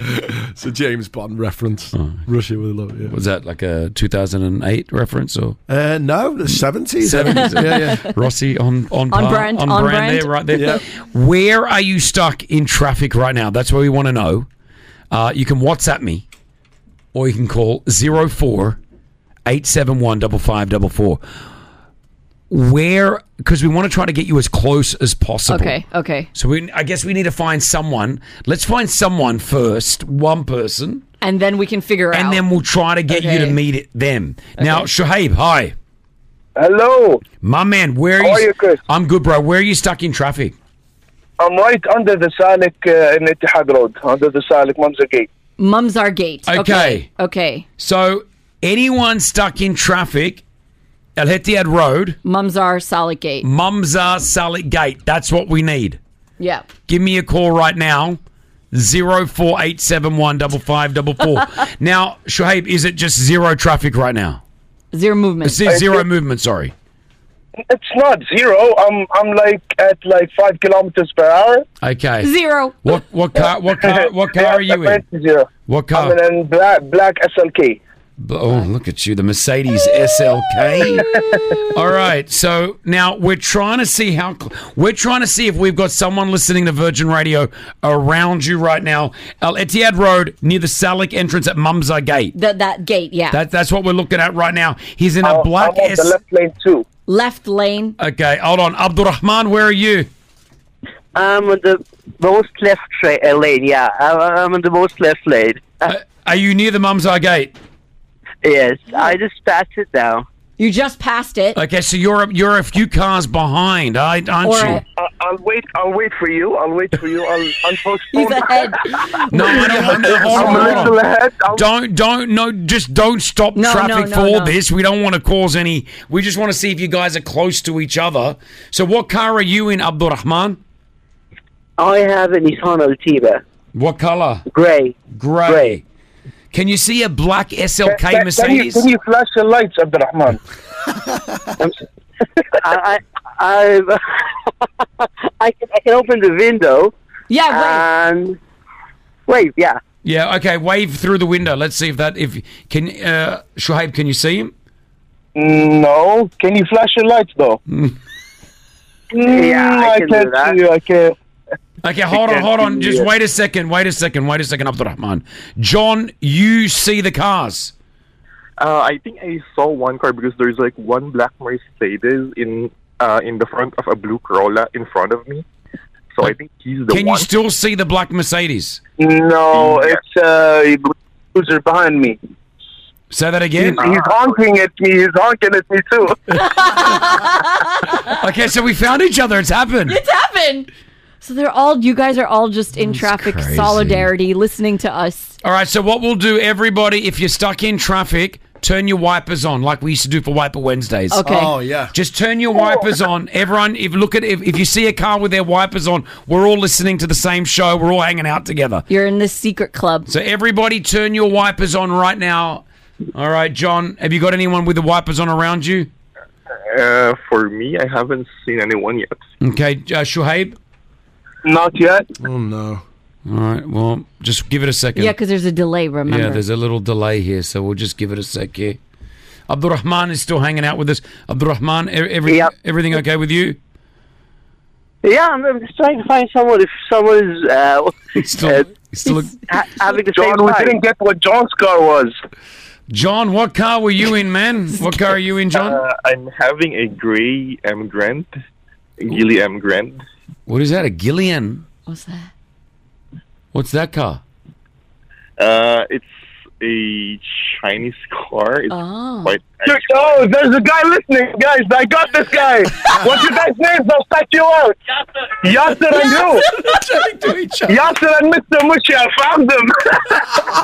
E: It's a James Bond reference. Rush Hour with Love. Yeah.
I: Was that like a 2008 reference or
E: Uh, no, the seventies.
I: 70s?
E: yeah, yeah.
I: Rossi on on,
E: On
I: par-
E: brand,
I: on,
E: on
I: brand,
E: brand.
I: there, right there.
E: Yep.
I: Where are you stuck in traffic right now? That's what we want to know. Uh, you can WhatsApp me, or you can call zero four eight seven one double five double four. Where? Because we want to try to get you as close as possible.
J: Okay, okay.
I: So we, I guess we need to find someone. Let's find someone first, one person,
J: And then we can figure out.
I: and then we'll try to get you to
J: Okay.
I: meet it, them. Now, Shahaib, hi.
V: Hello.
I: My man, where
V: How
I: are
V: are
I: you?
V: you, Chris?
I: I'm good, bro. Where are you stuck in traffic?
V: I'm right under the Salik uh, in Ittihad Road, under the Salik Mamza Gate.
J: Mumsar Gate.
I: Okay.
J: Okay.
I: So, anyone stuck in traffic, Al Hetihad Road,
J: Mumsar Solid Gate.
I: Mumzar Salik Gate, that's what we need.
J: Yeah.
I: Give me a call right now. Zero four eight seven one double five double four. Now, Shuhaib, is it just zero traffic right now?
J: Zero movement.
I: It's zero movement. Sorry.
V: It's not zero. I'm I'm like at like five kilometers per hour.
I: Okay.
J: Zero.
I: What what car what car what car are you in?
V: Zero.
I: What car?
V: I'm in a black black SLK.
I: Oh, look at you, the Mercedes SLK. All right, so now we're trying to see how cl- we're trying to see if we've got someone listening to Virgin Radio around you right now, Al Etihad Road near the Salik entrance at Mumza Gate.
J: That that gate, yeah.
I: That, that's what we're looking at right now. He's in a black
V: I'm on the
I: S.
V: left lane too.
J: Left lane.
I: Okay, hold on, Abdurrahman, where are you?
W: I'm on the most left tra- uh, lane. Yeah, I'm, I'm on the most left lane.
I: Uh, Are you near the Mumza Gate?
W: Yes, I just passed it now.
J: You just passed it.
I: Okay, so you're a, you're a few cars behind, aren't aren't you?
V: I- Uh, I'll wait. I'll wait for you. I'll wait for you. I'll I'll postpone.
J: He's ahead.
I: No, I don't want to. Hold
V: I'm a
I: on,
V: little
I: hold on.
V: ahead.
I: Don't, don't, no, just don't stop
V: No,
I: traffic
V: no, no,
I: for
V: no.
I: this. We don't want to cause any. We just want to see if you guys are close to each other. So, what car are you in, Abdurrahman?
W: I have a Nissan Altima.
I: What color?
W: Grey.
I: Grey.
W: Grey.
I: Can you see a black
W: Can- can-
I: SLK
W: can you-
I: Mercedes?
W: can you
V: flash your lights, Abdurrahman?
W: I I I, I, can, I can open the window.
J: Yeah.
W: Wait. And wait. Yeah.
I: yeah. Okay. Wave through the window. Let's see if that. If can uh, Shuhaib, can you see him?
V: No. Can you flash your lights though?
I: Mm.
W: Yeah, I
V: Mm,
W: can do
V: can't
W: that.
V: see you. I can't.
I: Okay, hold on,
V: can't
I: hold on.
V: see
I: Just
V: you.
I: wait a second, wait a second, wait a second, Abdurrahman. John, you see the cars.
X: Uh, I think I saw one car because there's like one black Mercedes in uh, in the front of a blue Corolla in front of me. So I think he's the
I: Can you
X: one.
I: still see the black Mercedes?
V: No, it's uh, cruiser behind me.
I: Say that
V: He's,
I: again.
V: he's honking at me. He's honking at me too.
I: okay, so we found each other. It's happened.
J: It's happened. So they're all you guys are all just in traffic
I: crazy.
J: solidarity listening to us.
I: All right, so what we'll do, everybody, if you're stuck in traffic, turn your wipers on like we used to do for Wiper Wednesdays.
J: Okay. Oh,
E: yeah.
I: Just turn your wipers on. Everyone, if look at if, if you see a car with their wipers on, we're all listening to the same show. We're all hanging out together.
J: You're in this secret club.
I: So everybody, turn your wipers on right now. All right, John, have you got anyone with the wipers on around you?
X: Uh, for me, I haven't seen anyone yet.
I: Okay, uh, Shuhaib.
V: Not yet.
E: Oh no.
I: All right. Well, just give it a second.
J: Yeah, because there's a delay, remember.
I: Yeah, there's a little delay here, so we'll just give it a sec here. Abdurrahman is still hanging out with us. Abdurrahman, e- every, everything okay with you?
W: Yeah, I'm, I'm just trying to find someone. If someone is uh,
I: still, still
W: ha- having the
V: John,
W: same
V: we
W: vibe.
V: didn't get what John's car was.
I: John, what car were you in, man? What car are you in, John?
X: Uh, I'm having a gray M Grand, Gilly M Grand.
I: What is that? A Gillian?
D: What's that?
I: What's that car?
X: Uh, it's a Chinese car. It's
D: Oh.
X: quite.
V: Oh, there's a guy listening, guys. I got this guy. What's your guys' names? I'll sack you out. Yasser and you. Yasser and Mr. Mushi. I found them.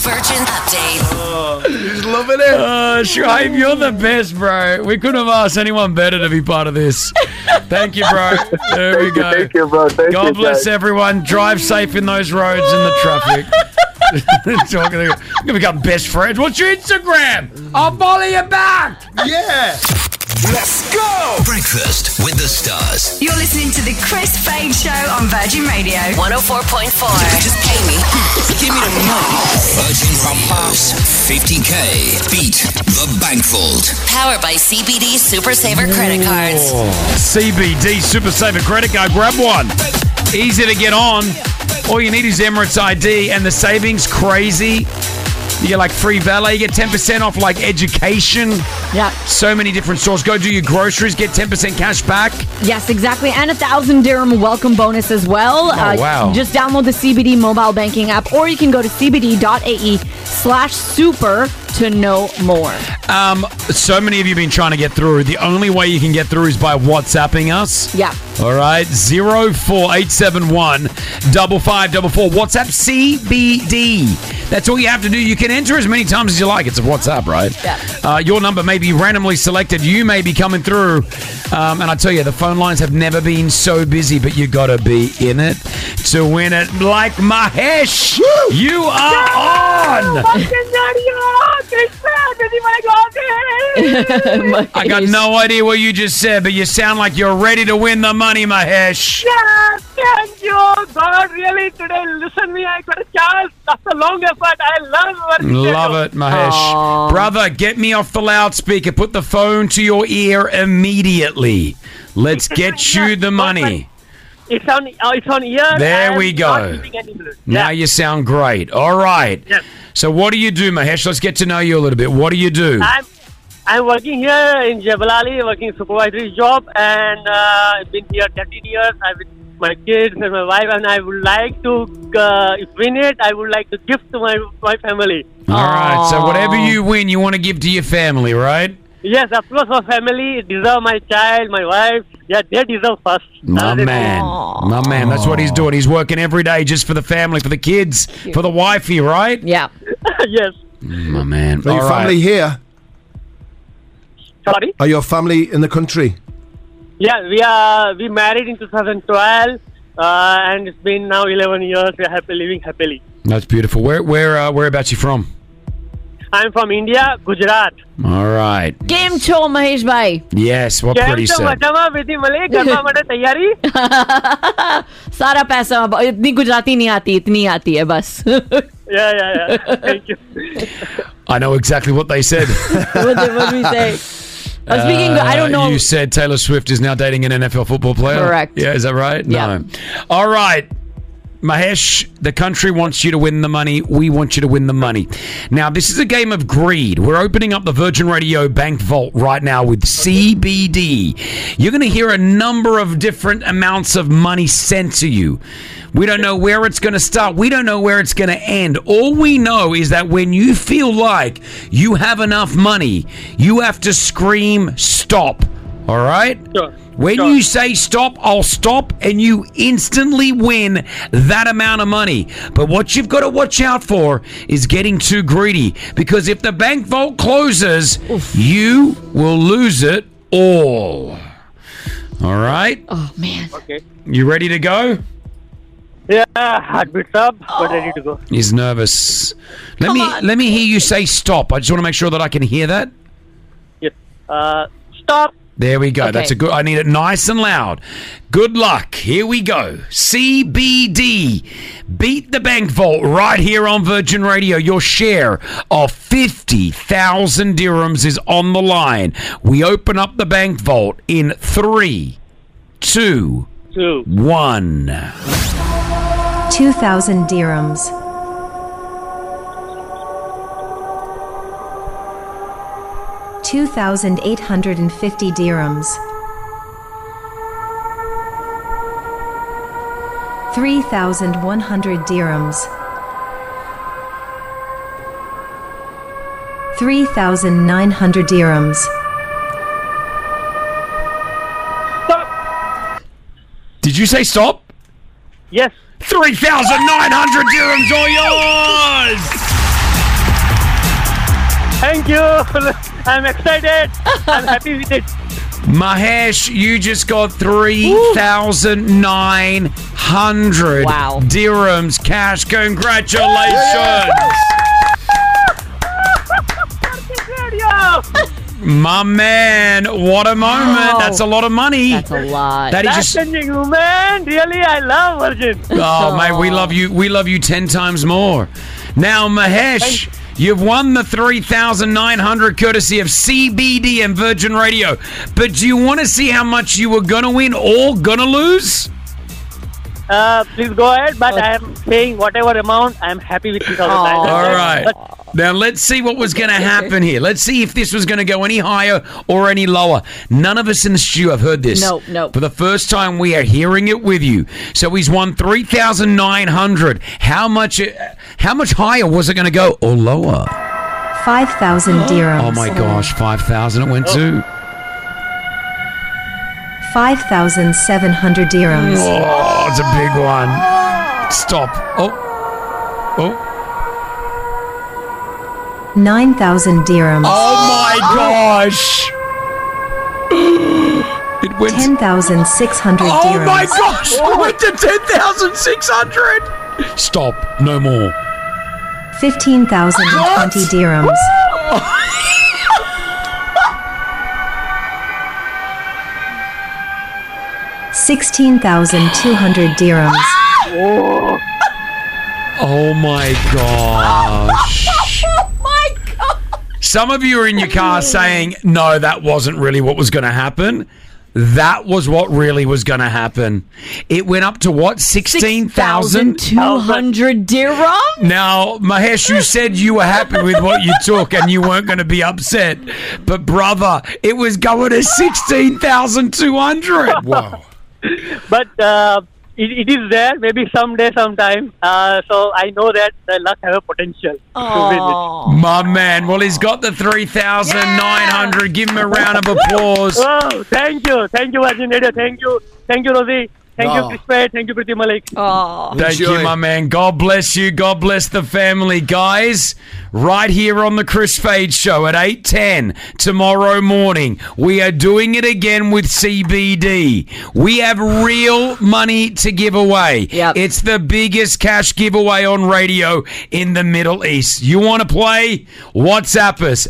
A: Virgin Update.
I: He's loving it. Uh, Shrive, you're the best, bro. We couldn't have asked anyone better to be part of this. Thank you, bro. There we
X: Thank you,
I: go.
X: thank you, bro. Thank
I: God
X: you,
I: bless
X: guys.
I: everyone. Drive safe in those roads and the traffic. Talking to- We're gonna become best friends. What's your Instagram? I'll follow you back. Yeah.
C: Let's go! Breakfast with the stars.
L: You're listening to the Chris Fade Show on Virgin Radio.
A: 104.4.
L: Just pay me. Give me the money.
C: Virgin Radio's 50k. Beat the Bankfold.
A: Powered by CBD Super Saver credit cards.
I: Oh, CBD Super Saver credit card. Grab one. Easy to get on. All you need is Emirates ID, and the savings crazy. You get like free valet. You get ten percent off like education.
J: Yeah.
I: So many different stores. Go do your groceries. Get ten percent cash back.
J: Yes, exactly. And a thousand dirham welcome bonus as well. Uh,
I: Oh, wow.
J: Just download the CBD mobile banking app or you can go to cbd.ae E slash super to know more.
I: Um, so many of you have been trying to get through. The only way you can get through is by WhatsApping us.
J: Yeah.
I: All right, zero four eight seven one double five double four. WhatsApp CBD. That's all you have to do. You can enter as many times as you like. It's a WhatsApp, right?
J: Yeah.
I: Uh, your number may be randomly selected. You may be coming through, um, and I tell you, the phone lines have never been so busy. But you got to be in it to win it. Like Mahesh, you are on. I got no idea what you just said, but you sound like you're ready to win the money, Mahesh.
R: Yeah, thank you. God, really, today, listen me. I got a chance. That's a long effort. I love working.
I: Love it, Mahesh. Brother, get me off the loudspeaker. Put the phone to your ear immediately. Let's get you the money.
R: It's on, uh, it's on here.
I: There
R: I'm
I: we go.
R: not using any blue.
I: Now you sound great. All right.
R: Yes.
I: So, what do you do, Mahesh? Let's get to know you a little bit. What do you do?
R: I'm, I'm working here in Jebel Ali, working supervisory job, and uh, I've been here 13 years. I've been my kids and my wife, and I would like to uh, if win it. I would like to give to my my family.
I: All right. So, whatever you win, you want to give to your family, right?
R: Yes, of course, my family deserve my child, my wife. Yeah, they deserve first.
I: My
R: Other than-
I: man. My man. That's what he's doing. He's working every day just for the family, for the kids, for the wifey, right?
J: Yeah.
R: yes.
E: Oh,
I: My man.
E: Are your
I: All right.
E: family here?
R: Sorry.
E: Are your family in the country?
R: Yeah, we are we married in 2012, uh, and it's been now 11 years. We're happy living happily.
I: That's beautiful. Where, where, uh, whereabouts you from?
R: I'm from India, Gujarat.
I: All right.
J: Game show, Mahesh Bhai.
I: Yes, what pretty
R: કેમ છો
I: said.
R: મજામાં વિધિ મળી કરવા માટે તૈયારી
J: सारा पैसा अब- इतनी गुजराती नहीं आती इतनी आती है बस
R: Yeah, yeah, yeah. Thank you.
I: I know exactly what they said.
J: What did- what did we say? I was speaking- I don't know-
I: Uh, You said Taylor Swift is now dating an NFL football player.
J: Correct.
I: Yeah, is that right? No. All right. Mahesh, the country wants you to win the money. We want you to win the money. Now, this is a game of greed. We're opening up the Virgin Radio Bank Vault right now with CBD. You're going to hear a number of different amounts of money sent to you. We don't know where it's going to start. We don't know where it's going to end. All we know is that when you feel like you have enough money, you have to scream stop. All right? When you say stop, I'll stop, and you instantly win that amount of money. But what you've got to watch out for is getting too greedy because if the bank vault closes, you will lose it all. All right?
J: Oh, man.
R: Okay.
I: You ready to go?
R: Yeah, heartbeats up.
J: Oh,
R: We're ready to go.
I: He's nervous. Let me let me hear you say stop. I just want to make sure that I can hear that.
R: Yes. Uh, stop.
I: There we go.
R: Okay.
I: That's a good. I need it nice and loud. Good luck. Here we go. CBD. Beat the bank vault right here on Virgin Radio. Your share of 50,000 dirhams is on the line. We open up the bank vault in three, two,
R: Two.
I: one.
F: 2,000 dirhams. Two thousand eight hundred and fifty dirhams. Three thousand one hundred dirhams. Three thousand nine hundred dirhams.
I: Did you say stop?
R: Yes.
I: 3,900 dirhams all yours!
R: Thank you. I'm excited. I'm happy with it.
I: Mahesh, you just got 3,900 dirhams cash. Congratulations! My man, what a moment.
R: Wow.
I: That's a lot of money. That's
J: a lot.
I: That is
R: That's
I: just
R: changing woman. Really, I love Virgin.
I: Oh, mate, we love you. We love you ten times more. Now, Mahesh, you've won the three thousand nine hundred courtesy of CBD and Virgin Radio. But do you want to see how much you were gonna win or gonna lose?
R: Uh, please go ahead, but I am paying whatever amount. I'm happy with 3,000.
I: All right. Now let's see what was going to happen here. Let's see if this was going to go any higher or any lower. None of us in the studio have heard this.
J: No, no.
I: For the first time, we are hearing it with you. So he's won three thousand nine hundred. How much? uh, How much higher was it going to go or lower?
F: Five thousand dirhams.
I: Oh my gosh, five thousand. It went to.
F: Five thousand seven hundred dirhams.
I: Oh, it's a big one. Stop. Oh. Oh.
F: 9,000 dirhams.
I: Oh my gosh! It went
F: 10,600 dirhams.
I: Oh my gosh! It went to ten thousand six hundred. Stop. No more.
F: 15,020 dirhams. 16,200 dirhams.
I: Oh my
J: Oh,
I: gosh. Some of you are in your car saying, no, that wasn't really what was going to happen. That was what really was going to happen. It went up to what? 16,000?
J: 200 dirhams?
I: Now, Mahesh, you said you were happy with what you took and you weren't going to be upset. But, brother, it was going to 16,200. Wow.
R: But uh, it, it is there. Maybe someday, sometime. Uh, so I know that the luck have a potential to
I: My man. Well, he's got the 3,900. Give him a round of applause.
R: win it. Oh, thank you. Thank you, Virgin Radio. Thank you. Thank you, Rosie. Thank
I: Oh.
R: you, Chris Pratt. Thank you, Priti Malik.
J: Oh.
I: Thank you, my man. God bless you. God bless the family, guys. Right here on the Chris Fade Show at eight ten tomorrow morning, we are doing it again with CBD. We have real money to give away. It's the biggest cash giveaway on radio in the Middle East. You want to play? WhatsApp us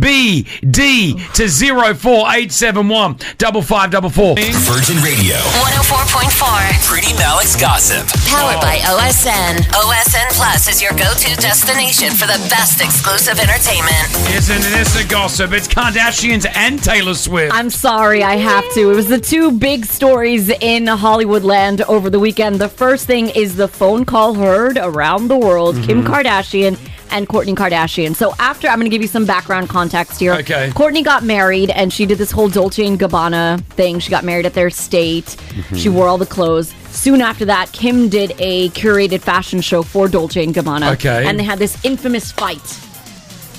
I: CBD to zero four eight seven one double five double four. Virgin Radio.
A: 104.4.
C: Pretty Malik's Gossip.
A: Powered by OSN. OSN Plus is your go to destination for the best exclusive entertainment.
I: Isn't this a gossip? It's Kardashians and Taylor Swift.
J: I'm sorry, I have to. It was the two big stories in Hollywood land over the weekend. The first thing is the phone call heard around the world Kim
H: Mhm.
J: Kardashian and Courtney Kardashian. So after I'm going to give you some background context here.
H: Okay.
J: Courtney got married and she did this whole Dolce and Gabbana thing. She got married at their estate.
H: Mhm.
J: She wore all the clothes. Soon after that, Kim did a curated fashion show for Dolce and Gabbana.
H: Okay.
J: And they had this infamous fight.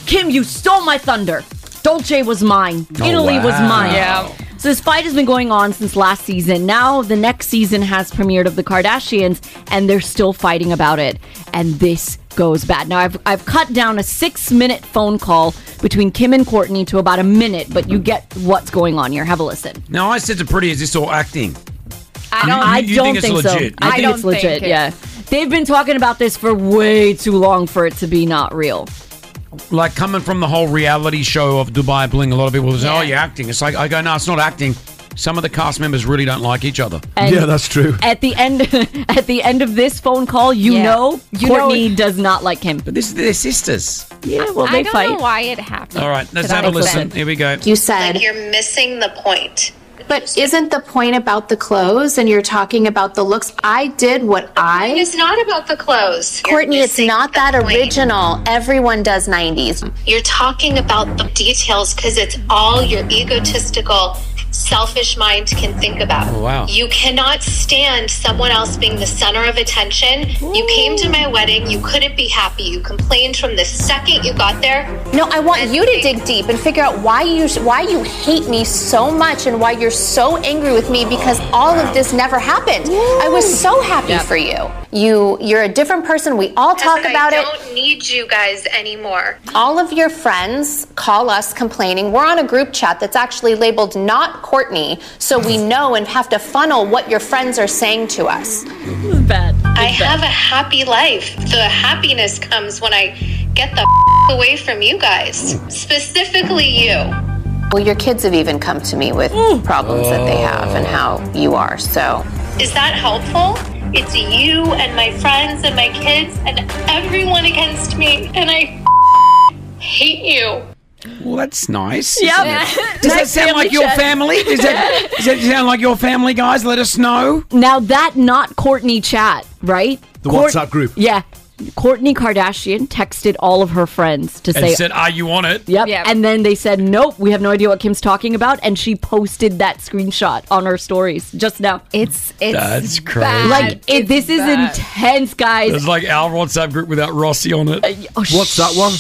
J: Kim, you stole my thunder. Dolce was mine.
H: Oh,
J: Italy was
H: wow.
J: mine.
H: Yeah.
J: So this fight has been going on since last season. Now the next season has premiered of the Kardashians, and they're still fighting about it. And this goes bad. Now I've I've cut down a six minute phone call between Kim and Courtney to about a minute, but you get what's going on here. Have a listen.
I: Now I said to Pretty, is this all acting?
J: I
I: You-
J: don't.
I: you-
J: I
I: you
J: don't
I: think
J: think,
I: it's
J: so.
I: legit? You
J: I
I: think
J: think
I: it's
J: it's
I: fake?
J: legit. yeah, they've been talking about this for way too long for it to be not real.
I: Like coming from the whole reality show of Dubai Bling, a lot of people say, "Oh, you're acting." It's like I go, "No, it's not acting." Some of the cast members really don't like each other.
J: And- Yeah, that's
I: true.
J: At the end, at the end of this phone call, you know
U: You know
J: Courtney does not like him. But
I: this is their sisters.
J: Yeah, well,
U: I
J: they
U: don't
J: fight.
U: know why it happened.
I: All right, let's
U: To that
I: have a listen.
U: extent.
I: Here we go.
J: You said-
U: you're missing the point.
H: But isn't the point about the clothes and you're talking about the looks? I did what I.
K: It's not about the clothes.
H: Courtney, it's not that original. Everyone does 90s.
K: You're talking about the details because it's all your egotistical, selfish mind can think about.
I: Oh, wow.
K: You cannot stand someone else being the center of attention. You came to my wedding, you couldn't be happy. You complained from the second you got there.
H: No, I want you to dig deep and figure out why you why you hate me so much and why you're so angry with me because all of this never happened. I was so happy for you. You you're a different person. We all talk
K: I
H: about it.
K: don't need you guys anymore.
H: All of your friends call us complaining. We're on a group chat that's actually labeled not Courtney, so we know and have to funnel what your friends are saying to us.
J: This is bad.
K: I have a happy life. The happiness comes when I get the away from you guys, specifically you.
H: Well, your kids have even come to me with problems that they have and how you are. So
K: Is that helpful? It's you and my friends and my kids and everyone against me, and I hate you.
I: Well, that's nice. isn't
J: Yeah.
I: it? Does that
J: Nice
I: sound like
J: family
I: your
J: chat.
I: family? Does that, does that sound like your family, guys? Let us know.
J: Now that not Courtney chat, right?
I: The WhatsApp group.
J: Yeah. Courtney Kardashian texted all of her friends to
I: And
J: say
I: said, "Are you on it?"
J: Yep. And then they said, "Nope, we have no idea what Kim's talking about." And she posted that screenshot on her stories just now. It's
I: it's That's crazy. bad.
J: Like it, this is intense, guys. Oh,
I: It's like our WhatsApp group without Rossi on it.
E: What's that one?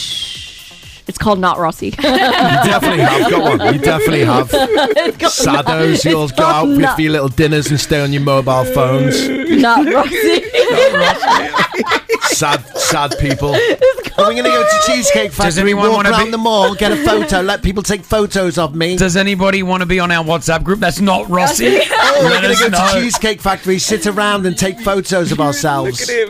J: It's called not Rossi.
E: definitely have got one. You definitely have.
J: It's called
E: Saddos,
J: not-
E: you'll
J: it's
E: go out
J: called
E: with
J: not-
E: your little dinners and stay on your mobile phones.
J: Not Rossi.
E: Sad, sad people. I'm going to go to Cheesecake
I: Does
E: Factory,
I: anyone
E: walk
I: wanna
E: around
I: be-
E: the mall, get a photo, let people take photos of me.
I: Does anybody want to be on our WhatsApp group? That's not Rossi.
E: Oh, we're
I: Let
E: going
I: us
E: to go to
I: know.
E: Cheesecake Factory, sit around and take photos of ourselves.
J: He's-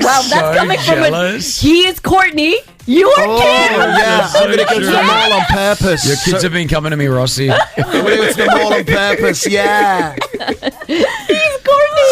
J: Wow, that's
E: So
J: coming from a,
E: jealous.
J: he is Courtney. You are
E: Oh,
J: Kim.
E: yeah, I'm going to go to the
J: Yeah.
E: mall on purpose.
I: Your kids have been coming to me, Rossi.
E: I'm going to go to the mall on purpose, yeah.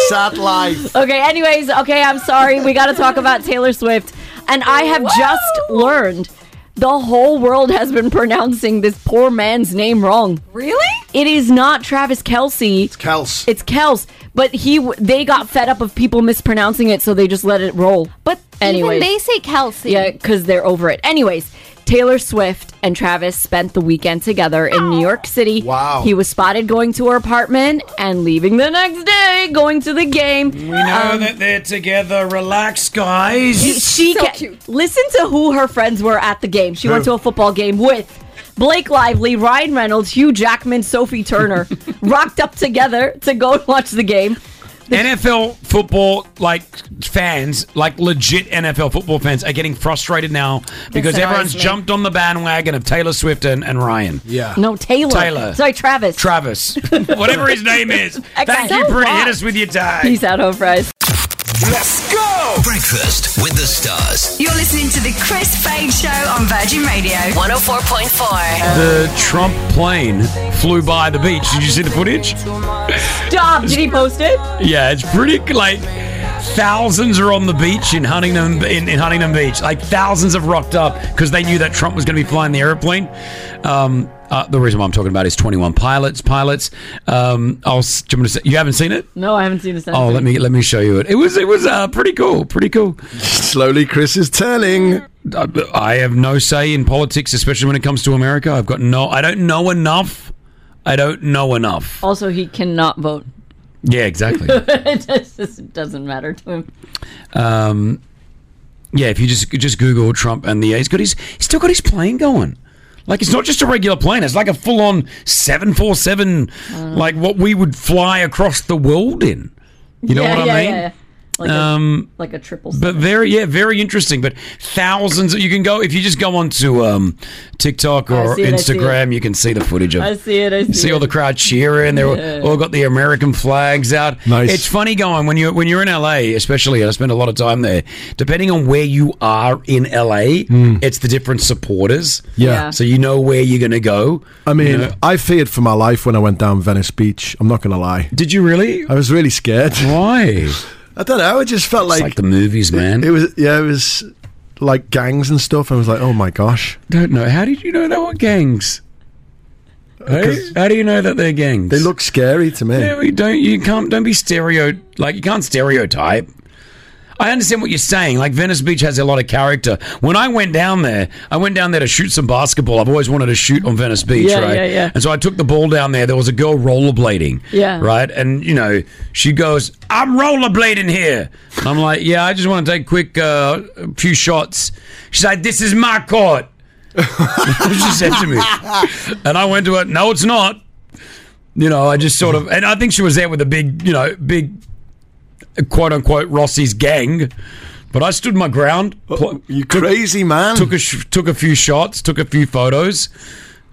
E: Sad life.
J: Okay, anyways, okay, I'm sorry. We got to talk about Taylor Swift. And I have just learned the whole world has been pronouncing this poor man's name wrong.
O: Really?
J: It is not Travis Kelsey. It's
E: Kels.
J: It's Kels. But he, w- they got fed up of people mispronouncing it, so they just let it roll. But anyways,
U: they say Kelsey.
J: yeah, because they're over it. Anyways, Taylor Swift and Travis spent the weekend together in New York City. Wow. He was spotted going to her apartment and leaving the next day, going to the game. We
I: know that they're together. Relax, guys.
J: she ca- listen to who her friends were at the game. She went
I: Who?
J: to a football game with. Blake Lively, Ryan Reynolds, Hugh Jackman, Sophie Turner rocked up together to go watch the game.
I: NFL football like fans, like legit NFL football fans, are getting frustrated now because
J: annoys
I: everyone's
J: me.
I: jumped on the bandwagon of Taylor Swift and, and Ryan.
E: Yeah.
J: No, Taylor.
I: Taylor.
J: Sorry, Travis.
I: Travis. Whatever his name is. Thank
J: So
I: you, pretty.
J: what?
I: Hit us with your tie.
J: Peace out, home fries.
I: Let's go.
C: Breakfast with the stars.
L: You're listening to the Chris Fade Show on Virgin Radio.
A: 104.4.
I: The Trump plane flew by the beach. Did you see the footage?
J: Stop. Did he post it?
I: Yeah, it's pretty like thousands are on the beach in Huntington in, in Huntington Beach. Like thousands have rocked up because they knew that Trump was going to be flying the airplane. Um, uh, the reason why I'm talking about is 21 pilots. Pilots. Um, I'll. s- Do you, want me to say, you haven't seen it?
J: No, I haven't seen this.
I: Oh, let me let me show you it. It was it was uh, pretty cool. Pretty cool.
E: Slowly, Chris is turning.
I: I have no say in politics, especially when it comes to America. I've got no. I don't know enough. I don't know enough.
J: Also, he cannot vote.
I: Yeah, exactly.
J: it just doesn't matter to him.
I: Um, yeah, if you just just Google Trump and the he's got his he's still got his plane going. Like it's not just a regular plane; it's like a full on seven four seven,
J: Mm.
I: like what we would fly across the world in. You know
J: Yeah,
I: what I
J: yeah,
I: mean?
J: yeah, yeah. Like,
I: Um,
J: a, like a triple.
I: But very, yeah, very interesting. But thousands, you can go if you just go onto um, TikTok
J: I
I: or
J: see it, I see
I: Instagram, you can see the footage of.
J: I see it. I see,
I: See
J: it.
I: all the crowd cheering. They
J: Yeah.
I: were all got the American flags out. Nice. It's funny going when you when you're in LA, especially. and I spend a lot of time there. Depending on where you are in LA, it's the different supporters.
E: Hmm. Yeah. Yeah.
I: So you know where you're gonna go.
E: I mean,
I: You know?
E: I feared for my life when I went down Venice Beach. I'm not going to lie.
I: Did you really?
E: I was really scared.
I: Why?
E: I don't know. I just felt like,
I: like the movies, man.
E: It, it was yeah, it was like gangs and stuff. I was like, oh my gosh.
I: Don't know. How did you know there were gangs?
E: Uh,
I: How, how do you know that they're gangs? They look scary to me. Yeah, we don't. You can't. Don't be stereo. Like you can't stereotype. I understand what you're saying. Like Venice Beach has a lot of character. When I went down there, I went down there to shoot some basketball. I've always wanted to shoot on Venice Beach,
J: Yeah,
I: right?
J: yeah, yeah.
I: And so I took the ball down there. There was a girl rollerblading.
J: Yeah.
I: Right? And, you know, she goes, I'm rollerblading here. And I'm like, yeah, I just want to take quick, uh, a few shots. She's like, this is my court. she said to me. And I went to it, no, it's not. You know, I just sort of, and I think she was there with a big, you know, big quote unquote Rossi's gang. But I stood my ground. Oh, you crazy man! Took a sh- took a few shots, took a few photos.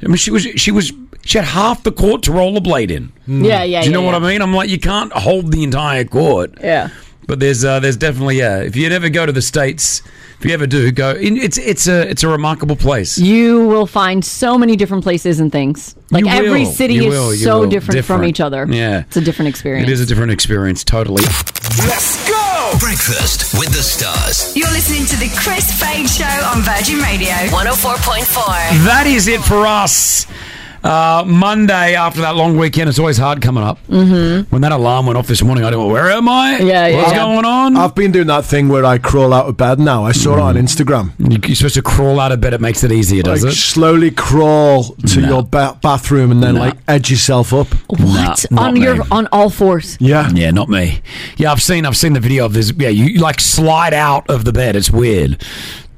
I: I mean, she was she was she had half the court to rollerblade in.
J: Hmm. Yeah, yeah,
I: Do you know
J: yeah,
I: what
J: yeah.
I: I mean? I'm like, you can't hold the entire court.
J: Yeah.
I: But there's uh, there's definitely yeah. If you'd ever go to the states, if you ever do go, in, it's it's a it's a remarkable place.
J: You will find so many different places and things. Like
I: You
J: every
I: will.
J: city is
I: You will, you
J: so
I: will.
J: different, from
I: Different.
J: each other.
I: Yeah.
J: It's a different experience.
I: It is a different experience, totally.
C: Let's go! Breakfast with the stars.
L: You're listening to the Chris Fade Show on Virgin Radio
A: 104.4.
I: That is it for us. Uh, Monday after that long weekend, it's always hard coming up. Mm-hmm. When that alarm went off this morning, I don't. Where am I? What's going on?
E: I've been doing that thing where I crawl out of bed now. I saw it on Instagram.
I: Mm. You're supposed to crawl out of bed. It makes it easier, does
E: like
I: it?
E: Slowly crawl to your ba- bathroom and then like edge yourself up.
J: What on your on all fours?
E: Yeah,
I: yeah, not me. Yeah, I've seen I've seen the video of this. Yeah, you you, like slide out of the bed. It's weird.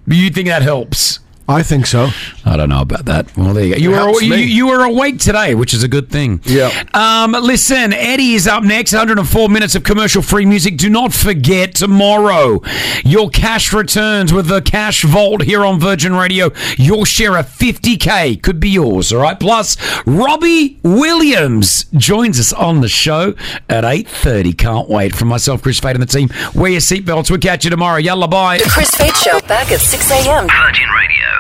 I: But You think that helps?
E: I think so.
I: I don't know about that. Well, there you go. You
E: It
I: were
E: helps
I: you,
E: me.
I: you were awake today, which is a good thing. Yeah. Um, listen, Eddie is up next. 104 minutes of commercial-free music. Do not forget tomorrow your cash returns with the Cash Vault here on Virgin Radio. Your share of 50k could be yours. All right. Plus, Robbie Williams joins us on the show at 8:30. Can't wait for myself, Chris Fade, and the team. Wear your seatbelts. We'll catch you tomorrow. Yalla, bye.
A: The Chris Fade Show back at 6 a.m. Virgin Radio.